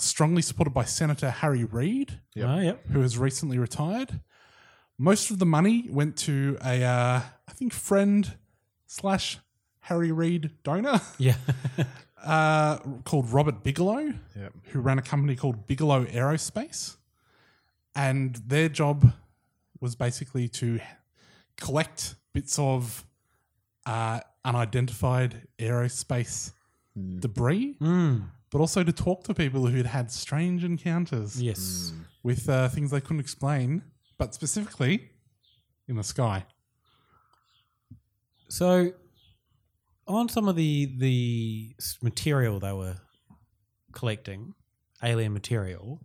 F: strongly supported by Senator Harry Reid,
E: Yep. Ah, yep.
F: who has recently retired. Most of the money went to a, uh, I think, friend slash Harry Reid donor.
E: Yeah.
F: uh, called Robert Bigelow,
H: Yep.
F: who ran a company called Bigelow Aerospace. And their job was basically to collect bits of uh, unidentified aerospace debris,
E: Mm.
F: but also to talk to people who'd had strange encounters.
E: Yes.
F: With uh, things they couldn't explain, but specifically in the sky.
E: So, on some of the the s- material they were collecting, alien material,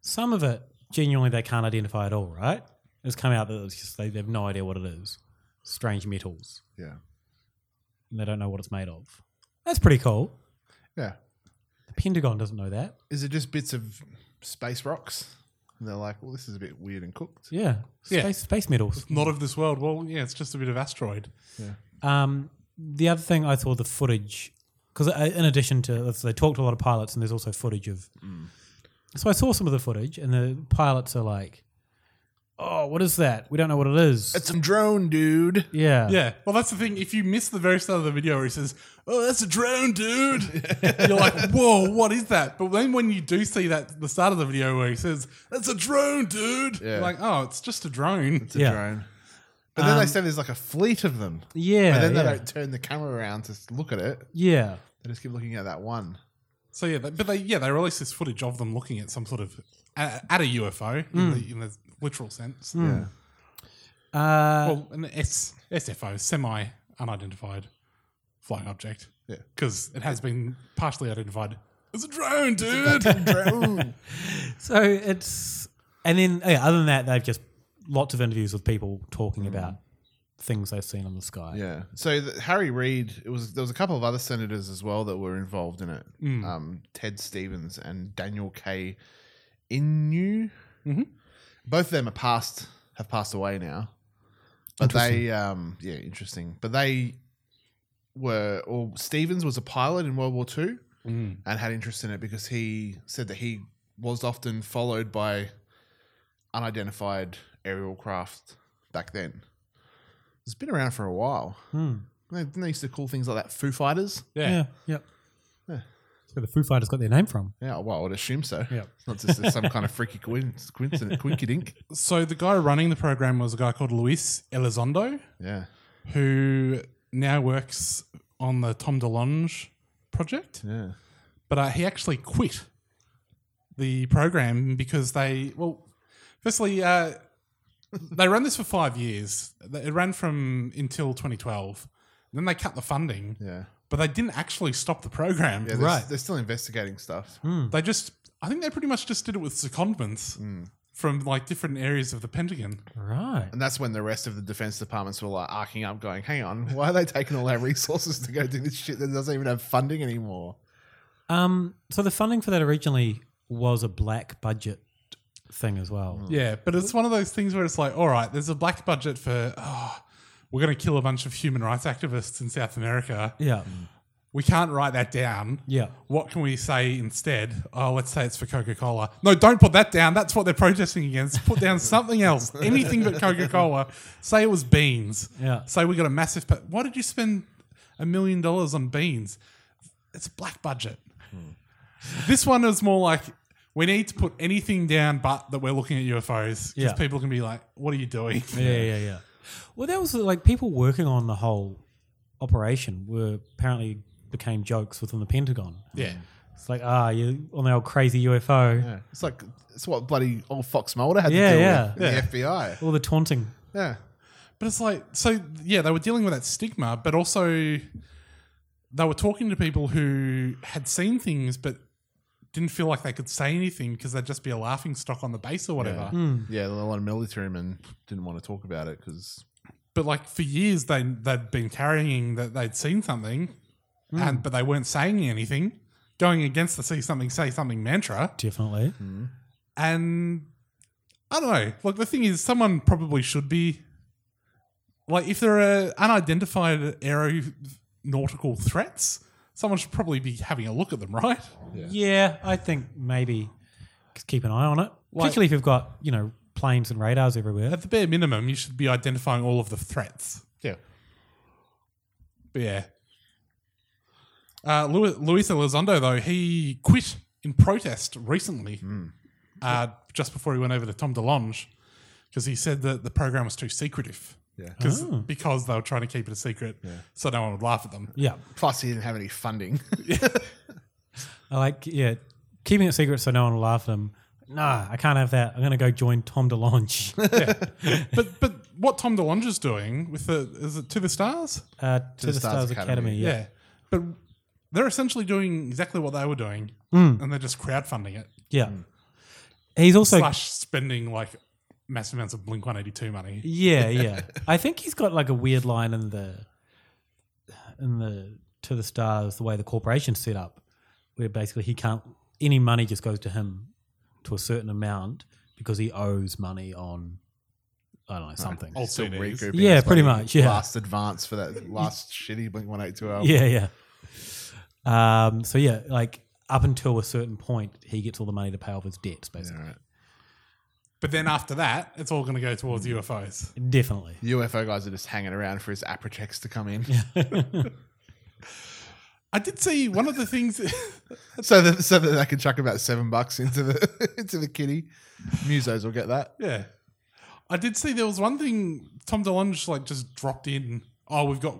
E: some of it genuinely they can't identify at all. Right? It's come out that it's just they, they have no idea what it is. Strange metals.
H: Yeah.
E: And they don't know what it's made of. That's pretty cool.
H: Yeah.
E: The Pentagon doesn't know that.
H: Is it just bits of space rocks? And they're like, well, this is a bit weird and cooked.
E: Yeah. Space, space metals.
F: Not of this world. Well, yeah, it's just a bit of asteroid.
H: Yeah.
E: Um, the other thing I saw the footage because in addition to so they talked to a lot of pilots and there's
F: Mm.
E: also footage of. So I saw some of the footage and the pilots are like, oh, what is that? We don't know what it is.
H: It's some drone, dude.
E: Yeah.
F: Yeah. Well, that's the thing. If you miss the very start of the video where he says, "Oh, that's a drone, dude," you're like, "Whoa, what is that?" But then when you do see that the start of the video where he says, "That's a drone, dude,"
H: Yeah.
F: you're like, "Oh, it's just a drone." It's
H: a Yeah. drone. But then they say there's like a fleet of them.
E: Um, Yeah,
H: But then they
E: yeah.
H: don't turn the camera around to s- look at it.
E: Yeah.
H: They just keep looking at that one.
F: So yeah, but but they yeah they released this footage of them looking at some sort of at at a UFO in,
E: Mm.
F: the, in the literal sense.
E: Mm. Yeah. Uh,
F: well, an S, SFO, semi unidentified flying object.
H: Yeah,
F: because it has been partially identified. It's a drone, dude.
H: It's a drone.
E: so it's and then oh, yeah, other than that, they've just lots of interviews with people talking
F: Hmm.
E: about things they've seen on the sky.
H: Yeah. So the, Harry Reid, it was there was a couple of other senators as well that were involved in it.
E: Mm.
H: Um, Ted Stevens and Daniel K. Inyu.
F: Mm-hmm.
H: Both of them are passed, have passed away now. But they, um, yeah, interesting. But they were, or Stevens was a pilot in World War Two
F: Mm.
H: and had interest in it because he said that he was often followed by unidentified aerial craft back then. It's been around for a while.
E: Hmm.
H: They, they used to call things like that Foo Fighters.
E: Yeah. Yep. That's where the Foo Fighters got their name from.
H: Yeah, well, I would assume so.
E: Yeah.
H: It's not just some kind of freaky coinc- coincidence, quinkydink.
F: So the guy running the program was a guy called Luis Elizondo.
H: Yeah.
F: Who now works on the Tom DeLonge project.
H: Yeah.
F: But uh, he actually quit the program because they, well, firstly, uh, they ran this for five years. It ran from until 2012. Then they cut the funding.
H: Yeah.
F: But they didn't actually stop the program.
H: Yeah, they're, right. they're still investigating stuff.
E: Hmm.
F: They just, I think they pretty much just did it with secondments
H: Mm.
F: from like different areas of the Pentagon.
E: Right.
H: And that's when the rest of the defense departments were like arcing up, going, hang on, why are they taking all our resources to go do this shit that doesn't even have funding anymore?
E: Um, so the funding for that originally was a black budget thing as well.
F: Yeah, but it's one of those things where it's like, all right, there's a black budget for, oh, we're going to kill a bunch of human rights activists in South America.
E: Yeah.
F: Mm. We can't write that down.
E: Yeah.
F: What can we say instead? Oh, let's say it's for Coca Cola. No, don't put that down. That's what they're protesting against. Put down something else, anything but Coca Cola. Say it was beans.
E: Yeah.
F: Say we got a massive. Pa- Why did you spend a million dollars on beans? It's a black budget. This one is more like we need to put anything down but that we're looking at UFOs
E: Yeah.
F: because people can be like, "What are you doing?"
E: Yeah, yeah, yeah. Well, that was like people working on the whole operation were apparently became jokes within the Pentagon.
F: Yeah.
E: It's like, ah, you're on the old crazy UFO.
H: Yeah. It's like, it's what bloody old Fox Mulder had
E: yeah,
H: to deal
E: yeah.
H: with in the FBI.
E: All the taunting.
H: Yeah.
F: But it's like, so yeah, they were dealing with that stigma, but also they were talking to people who had seen things but didn't feel like they could say anything because they'd just be a laughing stock on the base or whatever.
H: Yeah. Yeah, a lot of military men didn't want to talk about it because
F: But like for years, they they'd been carrying that they'd seen something,
E: Hmm.
F: and but they weren't saying anything, going against the see something, say something mantra.
E: Definitely.
F: And I don't know. Like the thing is, someone probably should be like if there are unidentified aeronautical threats, someone should probably be having a look at them, right?
E: Yeah. I think maybe just keep an eye on it,
F: Like-
E: particularly if you've got you know planes and radars everywhere.
F: At the bare minimum, you should be identifying all of the threats.
H: Yeah.
F: But yeah. Uh, Lu- Luis Elizondo, though, he quit in protest recently,
H: Hmm.
F: uh, just before he went over to Tom DeLonge, because he said that the program was too secretive.
H: Yeah.
F: 'Cause-
H: Oh.
F: Because they were trying to keep it a secret, so no one would laugh at them.
E: Yeah.
H: Plus, he didn't have any funding.
E: I like yeah, keeping it secret so no one will laugh at them. Nah, I can't have that. I'm gonna go join Tom DeLonge.
F: but but what Tom DeLonge is doing with the is it to the stars?
E: Uh, To To the the Stars Stars Academy. Academy, yeah.
F: But they're essentially doing exactly what they were doing,
E: Mm.
F: and they're just crowdfunding it.
E: yeah, he's also
F: slash spending like massive amounts of Blink One Eighty Two money.
E: Yeah, yeah. I think he's got like a weird line in the in the to the stars the way the corporation's set up, where basically he can't any money just goes to him to a certain amount because he owes money on I don't know something.
H: He's still recouping
E: yeah,
H: his
E: pretty
H: bloody
E: much. Yeah,
H: Last advance for that last shitty Blink 182 album.
E: yeah, yeah. Um, so yeah, like up until a certain point, he gets all the money to pay off his debts, basically.
F: But then after that, it's all going to go towards UFOs.
E: Definitely.
H: UFO guys are just hanging around for his Aprotex to come in.
F: I did see one of the things.
H: so that so that they can chuck about seven bucks into the into the kitty. Musos will get that.
F: Yeah. I did see there was one thing Tom DeLonge like just dropped in. Oh, we've got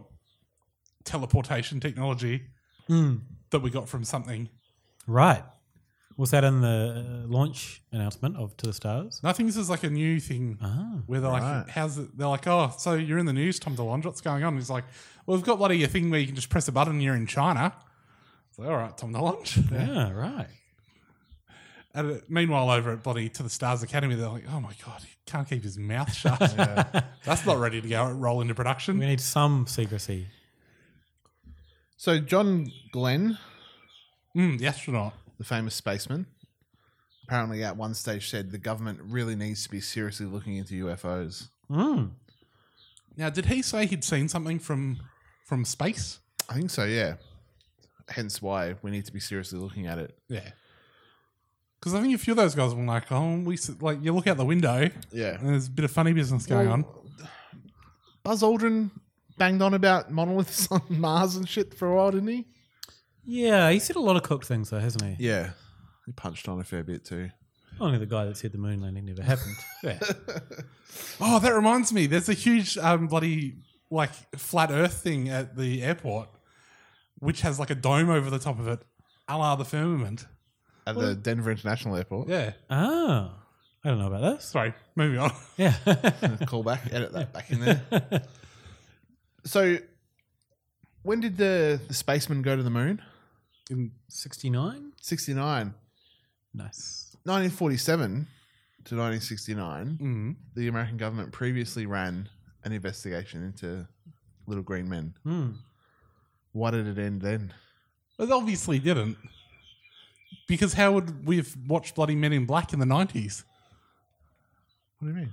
F: teleportation technology
E: Hmm.
F: that we got from something.
E: Right. Was that in the uh, launch announcement of To the Stars?
F: No, I think this is like a new thing
E: Ah,
F: where they're
E: right.
F: like, "How's it?" They're like, "Oh, so you're in the news, Tom DeLonge? What's going on?" He's like, "Well, we've got bloody a thing where you can just press a button and you're in China." It's like, "All right, Tom DeLonge."
E: Yeah, right.
F: And uh, meanwhile, over at bloody to the Stars Academy, they're like, "Oh my god, he can't keep his mouth shut. That's not ready to go roll into production."
E: We need some secrecy.
H: So John Glenn,
F: mm, the astronaut,
H: the famous spaceman, apparently at one stage said the government really needs to be seriously looking into UFOs.
F: Now, did he say he'd seen something from from space?
H: I think so. Yeah. Hence why we need to be seriously looking at it.
F: Yeah. Because I think a few of those guys were like, "Oh, we s- like you look out the window,
H: Yeah.
F: and there's a bit of funny business going
H: Well,
F: on."
H: Buzz Aldrin banged on about monoliths on Mars and shit for a while, didn't he?
E: Yeah, he said a lot of cooked things, though, hasn't he?
H: Yeah. He punched on a fair bit too.
E: Only the guy that said the moon landing never happened.
F: Yeah. oh, that reminds me. There's a huge um, bloody like flat Earth thing at the airport, which has like a dome over the top of it, a la the firmament.
H: At the Denver International Airport.
F: Yeah.
E: Oh, I don't know about this.
F: Sorry, moving on.
E: Yeah.
H: Call back, edit that back in there. So, when did the, the spaceman go to the moon?
F: In
E: 69?
H: 69.
E: Nice.
H: 1947 to 1969,
E: Mm-hmm.
F: Mhm.
H: the American government previously ran an investigation into little green men.
E: Hmm.
H: Why did it end then?
F: It obviously didn't. Because how would we have watched Bloody Men in Black in the 90s?
H: What do you mean?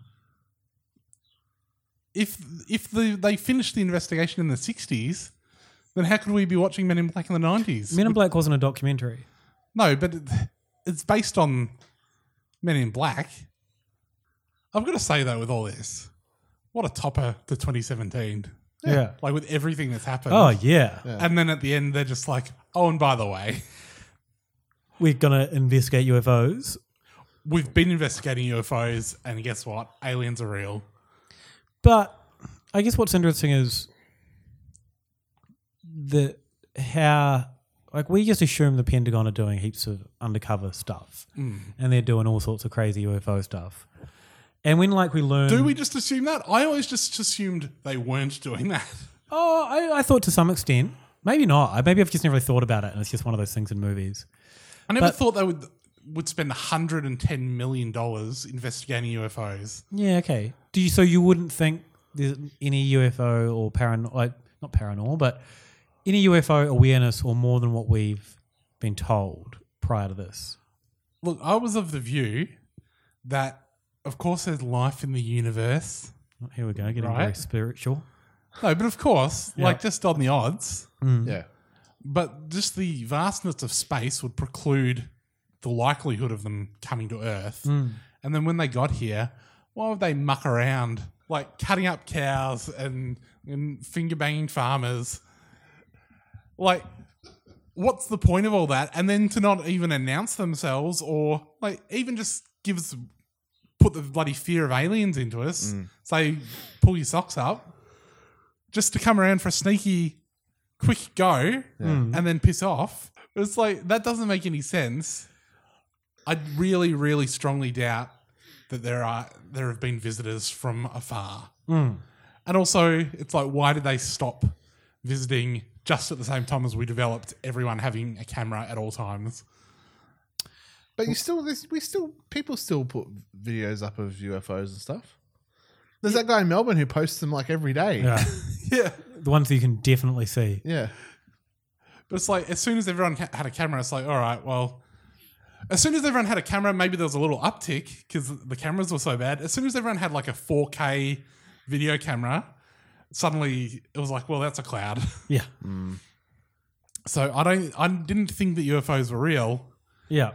F: If if the, they finished the investigation in the 60s, then how could we be watching Men in Black in the 90s?
E: Men in Black wasn't a documentary.
F: No, but it, it's based on Men in Black. I've got to say, though, with all this, what a topper to 2017.
E: Yeah.
F: Like with everything that's happened.
E: Oh, yeah. Yeah.
F: And then at the end, they're just like, oh, and by the way,
E: We're going to investigate UFOs.
F: we've been investigating UFOs, and guess what? Aliens are real.
E: But I guess what's interesting is the how like we just assume the Pentagon are doing heaps of undercover stuff,
F: Mm.
E: and they're doing all sorts of crazy UFO stuff. And when like we learn,
F: Do we just assume that? I always just assumed they weren't doing that.
E: Oh, I, I thought to some extent, maybe not. I- Maybe I've just never really thought about it, and it's just one of those things in movies.
F: I never
E: But-
F: thought they would would spend $110 million investigating UFOs.
E: Yeah, okay. Do you so you wouldn't think there's any UFO or paranormal, like, not paranormal, but any UFO awareness or more than what we've been told prior to this?
F: Look, I was of the view that, of course, there's life in the universe.
E: Here we go, getting very
F: Right.
E: spiritual.
F: No, but of course,
E: Yeah.
F: like just on the odds.
E: Mm.
H: Yeah.
F: But just the vastness of space would preclude the likelihood of them coming to Earth.
E: Mm.
F: And then when they got here, why would they muck around? Like cutting up cows and, and finger banging farmers. Like, what's the point of all that? And then to not even announce themselves or like even just give us put the bloody fear of aliens into us.
H: Mm.
F: Say, pull your socks up, just to come around for a sneaky, quick go,
E: Hmm.
H: Mm.
F: and then piss off. It's like that doesn't make any sense. I really, really strongly doubt that there are there have been visitors from afar.
E: Mm.
F: And also, it's like, why did they stop visiting just at the same time as we developed everyone having a camera at all times?
H: But you still, this, we still, people still put videos up of UFOs and stuff. There's that guy in Melbourne who posts them like every day.
E: Yeah.
F: yeah.
E: The ones that you can definitely see.
H: Yeah.
F: But it's like as soon as everyone ha- had a camera, it's like, all right, well, as soon as everyone had a camera, maybe there was a little uptick because the cameras were so bad. As soon as everyone had like a 4K video camera, suddenly it was like, well, that's a cloud.
E: Yeah.
F: So I don't, I didn't think that UFOs were real.
E: Yeah.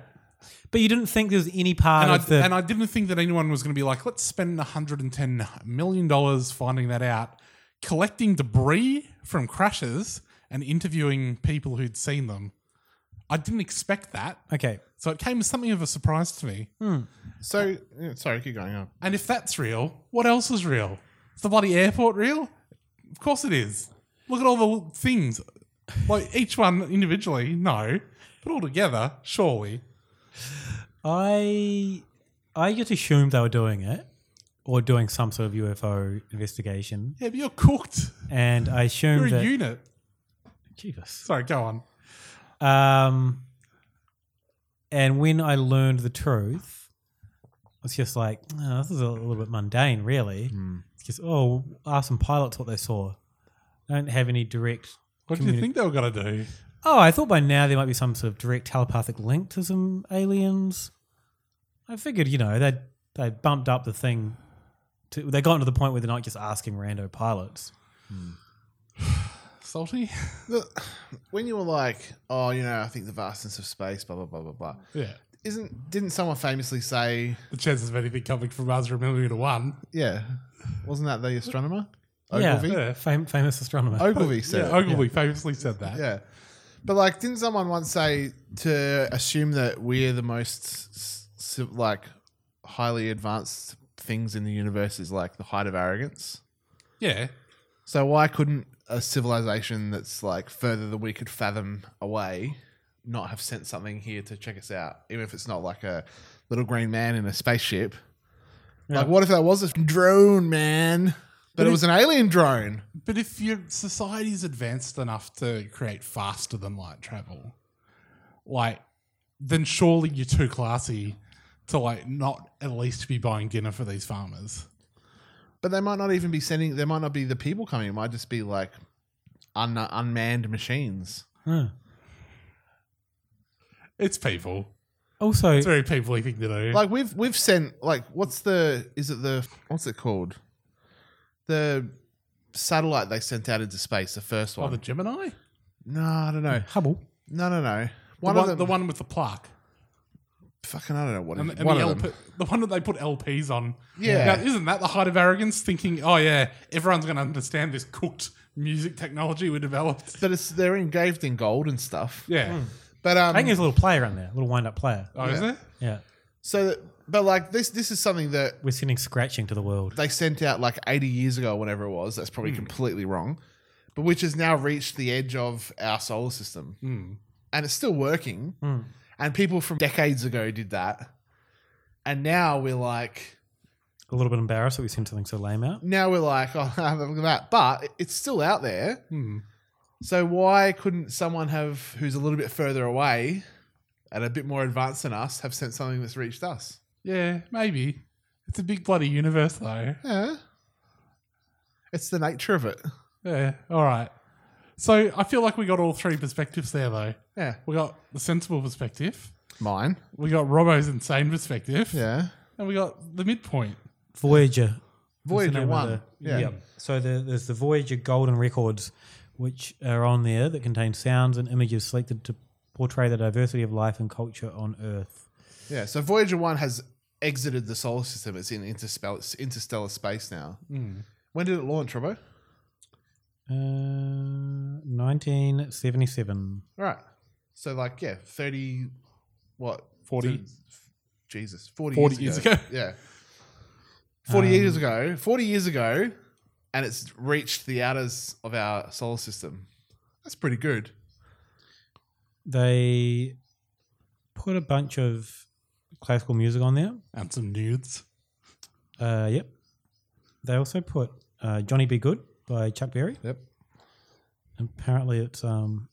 E: But you didn't think there was any part
F: and,
E: of
F: I,
E: the
F: and I didn't think that anyone was going to be like, let's spend 110 million dollars finding that out, collecting debris from crashes and interviewing people who'd seen them. I didn't expect that.
E: Okay.
F: So it came as something of a surprise to me.
E: Hmm.
H: So yeah, sorry, keep going. On.
F: And if that's real, what else is real? Is the bloody airport real? Of course it is. Look at all the things. Like each one individually, no. But all together, surely.
E: I I just assumed they were doing it or doing some sort of UFO investigation.
F: Yeah, but you're cooked.
E: And I assumed
F: You're a
E: that,
F: unit.
E: Jesus.
F: Sorry, go on.
E: Um, and when I learned the truth, it's just like "Oh, this is a little bit mundane, really.
F: Hmm.
E: It's just oh, ask some pilots what they saw. I don't have any direct.
F: What do you
E: communi-
F: think they were going to do?
E: Oh, I thought by now there might be some sort of direct telepathic link to some aliens. I figured, you know, they they bumped up the thing. To, they gotten to the point where they're not just asking rando pilots.
F: Salty?
H: Look, when you were like, oh, you know, I think the vastness of space, blah blah blah blah blah.
F: Yeah.
H: Isn't didn't someone famously say
F: The chances of anything coming from us are a million to one.
H: Yeah. Wasn't that the astronomer?
E: Yeah,
H: Ogilvy?
E: yeah, fam- famous astronomer.
H: Ogilvy said
F: Yeah,
H: it.
F: Ogilvy famously said that.
H: Yeah. But like, didn't someone once say to assume that we're the most s- s- like highly advanced things in the universe is like the height of arrogance?
F: Yeah.
H: So why couldn't a civilization that's like further than we could fathom away not have sent something here to check us out, even if it's not like a little green man in a spaceship? Like, what if that was a drone man, but,
F: But
H: it
F: it-
H: was an alien drone?
F: But if your society's advanced enough to create faster than light travel, like, then surely you're too classy to, like, not at least be buying dinner for these farmers.
H: But they might not even be sending. There might not be the people coming. It might just be like un, unmanned machines.
E: Huh.
F: It's people.
E: Also,
F: It's a very people thing to do.
H: Like we've we've sent like what's the is it the what's it called the satellite they sent out into space the first
F: oh,
H: one.
F: the Gemini?
H: no, I don't know.
E: Hubble.
H: No, no, no. One,
F: the,
H: of
F: one
H: them.
F: the one with the plaque.
H: fucking I don't know what.
F: And,
H: it-
F: and
H: one
F: the,
H: of
F: LP,
H: them.
F: the one that they put LPs on.
H: Yeah.
F: Now, isn't that the height of arrogance? Thinking, oh, yeah, everyone's going to understand this cooked music technology we developed.
H: But it's they're engraved in gold and stuff.
F: Yeah. Hmm.
H: But um,
E: I think there's a little player in there, a little wind up player.
F: Oh, is
H: Yeah.
F: there?
E: Yeah.
H: so but like this this is something that
E: We're sending scratching to the world.
H: they sent out like 80 years ago, whenever it was. That's probably
E: Hmm.
H: completely wrong, but which has now reached the edge of our solar system.
F: Hmm.
H: And it's still working.
E: Hmm.
H: And people from decades ago did that. And now we're like,
E: A little bit embarrassed that we sent something so lame out.
H: now we're like, oh, look at that. But it- it's still out there.
F: Hmm.
H: So why couldn't someone have, who's a little bit further away and a bit more advanced than us, have sent something that's reached us?
F: Yeah, maybe. It's a big bloody universe, though.
H: Yeah. It's the nature of it.
F: Yeah, all right. So I feel like we got all three perspectives there, though.
H: Yeah.
F: We got the sensible perspective,
H: Mine.
F: we got Robbo's insane perspective,
H: Yeah.
F: and we got the midpoint.
E: Voyager.
H: Voyager
E: That's the name of
H: one.
E: the-
H: Yeah.
E: So the, there's the Voyager Golden Records, which are on there that contain sounds and images selected to portray the diversity of life and culture on Earth.
H: Yeah, so Voyager 1 has exited the solar system. It's in interspell- it's interstellar space now.
E: Mm.
H: When did it launch, Robbo?
E: Uh, 1977.
H: Right. So, like, yeah, 30, what?
F: 40.
H: Th- Jesus, 40,
F: 40
H: years,
F: years
H: ago.
F: ago.
H: yeah. 40
E: Um,
H: years ago. 40 years ago, and it's reached the outers of our solar system. That's pretty good.
E: They put a bunch of classical music on there.
F: And some nudes.
E: Uh, yep. They also put uh, Johnny Be Good by Chuck Berry.
H: Yep.
E: Apparently, it's um,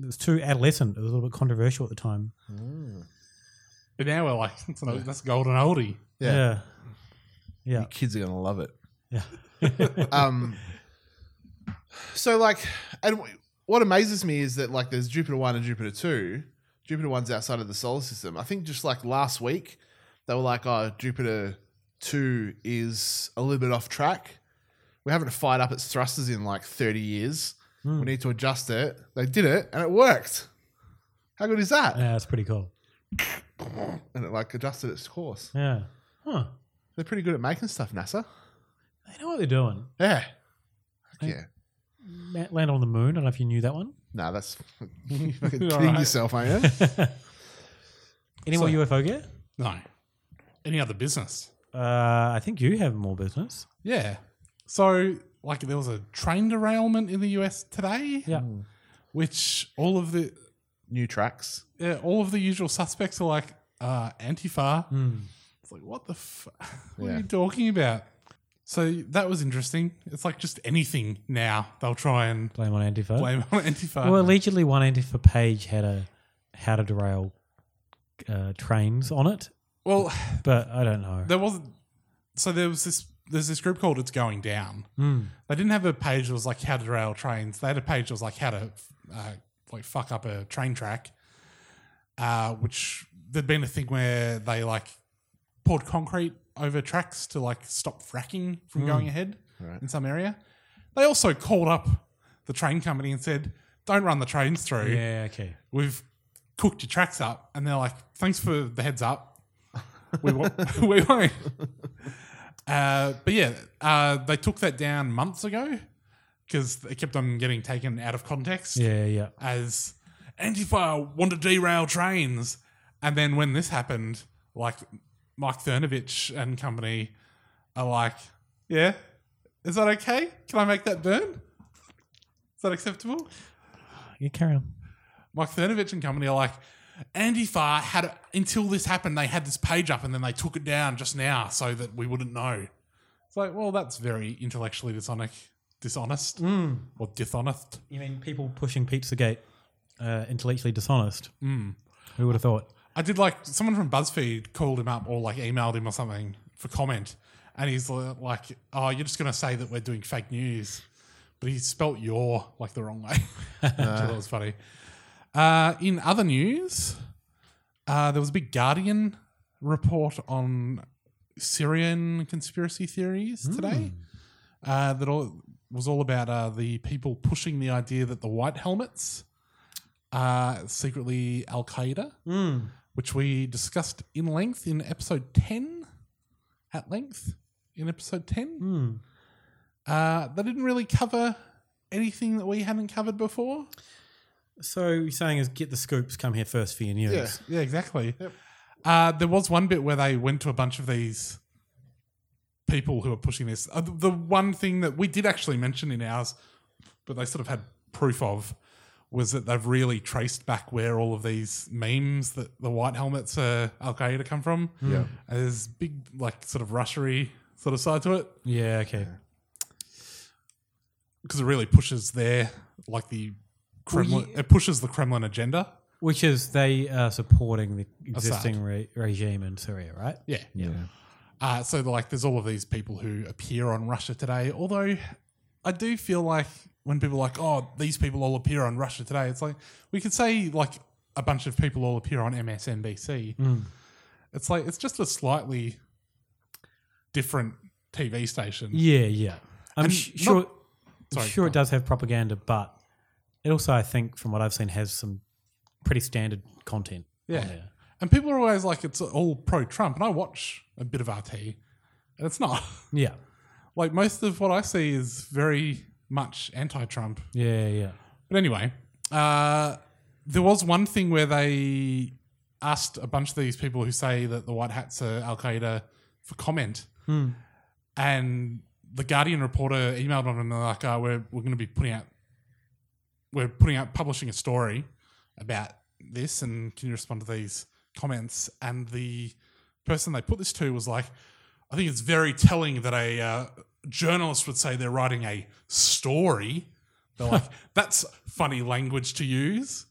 E: it was too adolescent. It was a little bit controversial at the time.
F: But now we're like, that's, an, that's golden oldie.
E: Yeah. Yeah.
H: Your kids are going to love it.
E: Yeah.
H: um, so like, and w- what amazes me is that like, there's Jupiter one and Jupiter two. Jupiter one's outside of the solar system. I think just like last week, they were like, "Oh, Jupiter two is a little bit off track. We haven't fired up its thrusters in like 30 years.
E: Hmm.
H: We need to adjust it." They did it, and it worked. How good is that?
E: Yeah, that's pretty cool.
H: and it like adjusted its course.
E: Yeah. Huh.
H: They're pretty good at making stuff, NASA.
E: They know what they're doing.
H: Yeah. yeah.
E: Ma- Land on the moon. I don't know if you knew that one.
H: No, that's you fucking
E: All
H: kidding
E: right.
H: yourself, aren't you?
E: Any more UFO gear?
F: No. Any other business?
E: Uh, I think you have more business.
F: Yeah. So, like, there was a train derailment in the US today.
E: Yeah.
F: Which all of the
H: new tracks,
F: yeah, all of the usual suspects are like uh, Antifa. It's like, what the fuck? what
H: Yeah.
F: are you talking about? So that was interesting. It's like just anything now they'll try and
E: blame on Antifa.
F: Blame on Antifa.
E: Well, allegedly, one Antifa page had a how to derail uh, trains on it.
F: Well,
E: but I don't know.
F: there wasn't. So there was this. There's this group called "It's Going Down."
E: Mm.
F: They didn't have a page that was like how to derail trains. They had a page that was like how to uh, like fuck up a train track, uh, which there'd been a thing where they like poured concrete over tracks to like stop fracking from
E: Mm.
F: going ahead
H: Right.
F: in some area. They also called up the train company and said, "Don't run the trains through."
E: Yeah, okay.
F: We've cooked your tracks up, and they're like, "Thanks for the heads up." we won't. we won't. Uh, but yeah, uh, they took that down months ago because it kept on getting taken out of context.
E: Yeah, yeah.
F: As Antifa want to derail trains, and then when this happened, like Mike Cernovich and company are like, "Yeah, is that okay? Can I make that burn? Is that acceptable?"
E: You carry on.
F: Mike Cernovich and company are like, Antifa had until this happened, they had this page up and then they took it down just now so that we wouldn't know. It's like, well, that's very intellectually dishonest, dishonest or dishonest.
E: You mean people pushing Pizzagate uh, intellectually dishonest?
F: Mm.
E: Who would have thought?
F: I did like someone from BuzzFeed called him up or like emailed him or something for comment, and he's li- like, "Oh, you're just gonna say that we're doing fake news," but he spelt "your" like the wrong way. Which I thought was funny. Uh, in other news, uh, there was a big Guardian report on Syrian conspiracy theories today. Uh, that all was all about uh, the people pushing the idea that the white helmets are secretly Al Qaeda
E: Mm.
F: which we discussed in length in episode 10. At length in episode 10. Uh, they didn't really cover anything that we hadn't covered before.
E: So you're saying is get the scoops, come here first for your news.
F: Yeah, yeah, exactly. Uh, there was one bit where they went to a bunch of these people who are pushing this. Uh, the- the one thing that we did actually mention in ours, but they sort of had proof of, was that they've really traced back where all of these memes that the white helmets are Al Qaeda come from.
E: Hmm. Yeah.
F: And there's big, like, sort of rushery sort of side to it
E: Yeah, okay.
F: because it really pushes their, like, the
E: Well,
F: Kremlin, it pushes the Kremlin agenda.
E: Which is they are supporting the
F: Assad.
E: existing re- regime in Syria, right?
F: Yeah. Uh, so like, there's all of these people who appear on Russia Today. Although, I do feel like when people are like, oh, these people all appear on Russia Today, it's like we could say like a bunch of people all appear on MSNBC.
E: Mm.
F: It's like it's just a slightly different TV station.
E: Yeah, yeah. I'm
F: And
E: sh-
F: not-
E: sure.
F: Sorry,
E: I'm sure
F: go
E: it does have propaganda, but it also, I think, from what I've seen, has some pretty standard content. on
F: Yeah.
E: there.
F: And people are always like, it's all pro Trump. And I watch a bit of RT and it's not.
E: Yeah.
F: Like most of what I see is very much anti Trump.
E: Yeah, yeah.
F: But anyway, uh, there was one thing where they asked a bunch of these people who say that the white hats are Al Qaeda for comment.
E: Hmm.
F: And the Guardian reporter emailed them and they're like, oh, we're, we're going to be putting out, we're putting out, publishing a story about this and can you respond to these comments? And the person they put this to was like, I think it's very telling that a uh, journalist would say they're writing a story. They're like, that's funny language to use.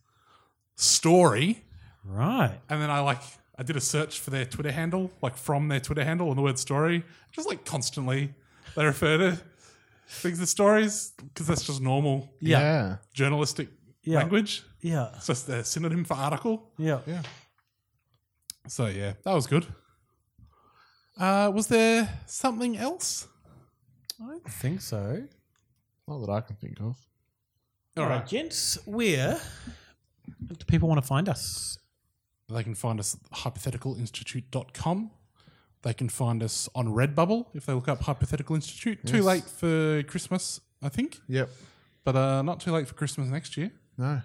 F: Story.
E: Right.
F: And then I like, I did a search for their Twitter handle, like from their Twitter handle and the word story. Just like constantly they refer to things as stories because that's just normal
E: Yeah. Yeah.
F: journalistic
E: Yeah.
F: language.
E: Yeah.
F: It's just a synonym for article.
E: Yeah.
H: Yeah.
F: So yeah, that was good. Uh, was there something else?
E: I think so.
H: Not that I can think of.
E: All right, gents, where do people want to find us?
F: They can find us at hypotheticalinstitute.com. They can find us on Redbubble if they look up Hypothetical Institute. Too
H: Yes.
F: late for Christmas, I think.
H: Yep.
F: But uh, not too late for Christmas next year.
H: No.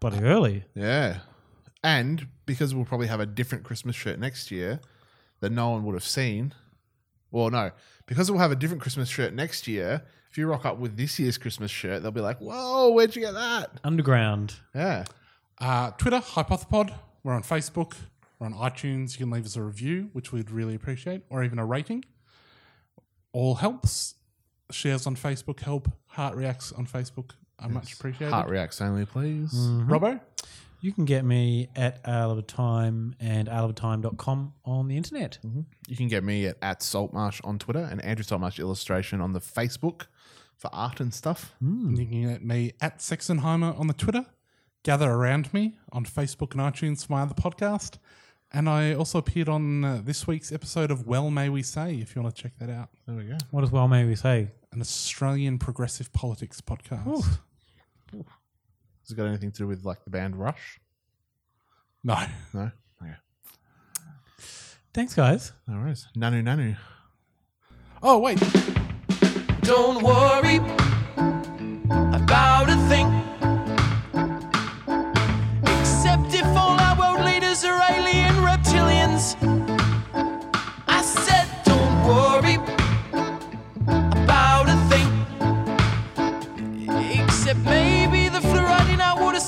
E: bloody early.
H: Yeah. And because we'll probably have a different Christmas shirt next year that no one would have seen. Well, no, because we'll have a different Christmas shirt next year. If you rock up with this year's Christmas shirt, they'll be like, "Whoa, where'd you get that?"
E: Um, Underground.
H: Yeah.
F: Uh, Twitter, Hypothepod. We're on Facebook. We're on iTunes. You can leave us a review, which we'd really appreciate, or even a rating. All helps. Shares on Facebook help. Heart reacts on Facebook are much appreciated.
H: Heart Mm-hmm. reacts only, please.
F: Robbo?
E: You can get me at Isle of Time and isleoftime.com on the internet.
H: You can get me at, at Saltmarsh on Twitter and Andrew Saltmarsh Illustration on the Facebook for art and stuff.
F: You can get me at Sexenheimer on the Twitter. Gather around me on Facebook and iTunes for my other podcast. And I also appeared on uh, this week's episode of Well May We Say, if you want to check that out.
H: There we go.
E: What does well may we say?
F: An Australian progressive politics podcast.
H: Has it got anything to do with like the band Rush?
F: No.
H: No? Okay.
E: Thanks, guys.
H: No worries. Nanu Nanu.
F: Oh, wait.
K: Don't worry about a thing. Except if all our world leaders are alien reptilians. I said, don't worry about a thing. Except maybe the fluoride in our water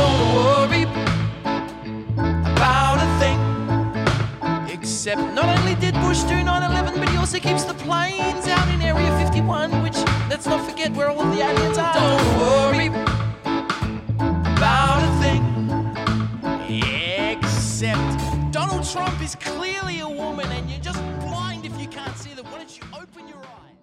K: don't worry about a thing. Except not only did Bush do 9-11, but he also keeps the planes out in Area 51, which let's not forget where all of the aliens are. Don't worry about a thing. Except Donald Trump is clearly a woman and you're just blind if you can't see that. Why don't you open your eyes?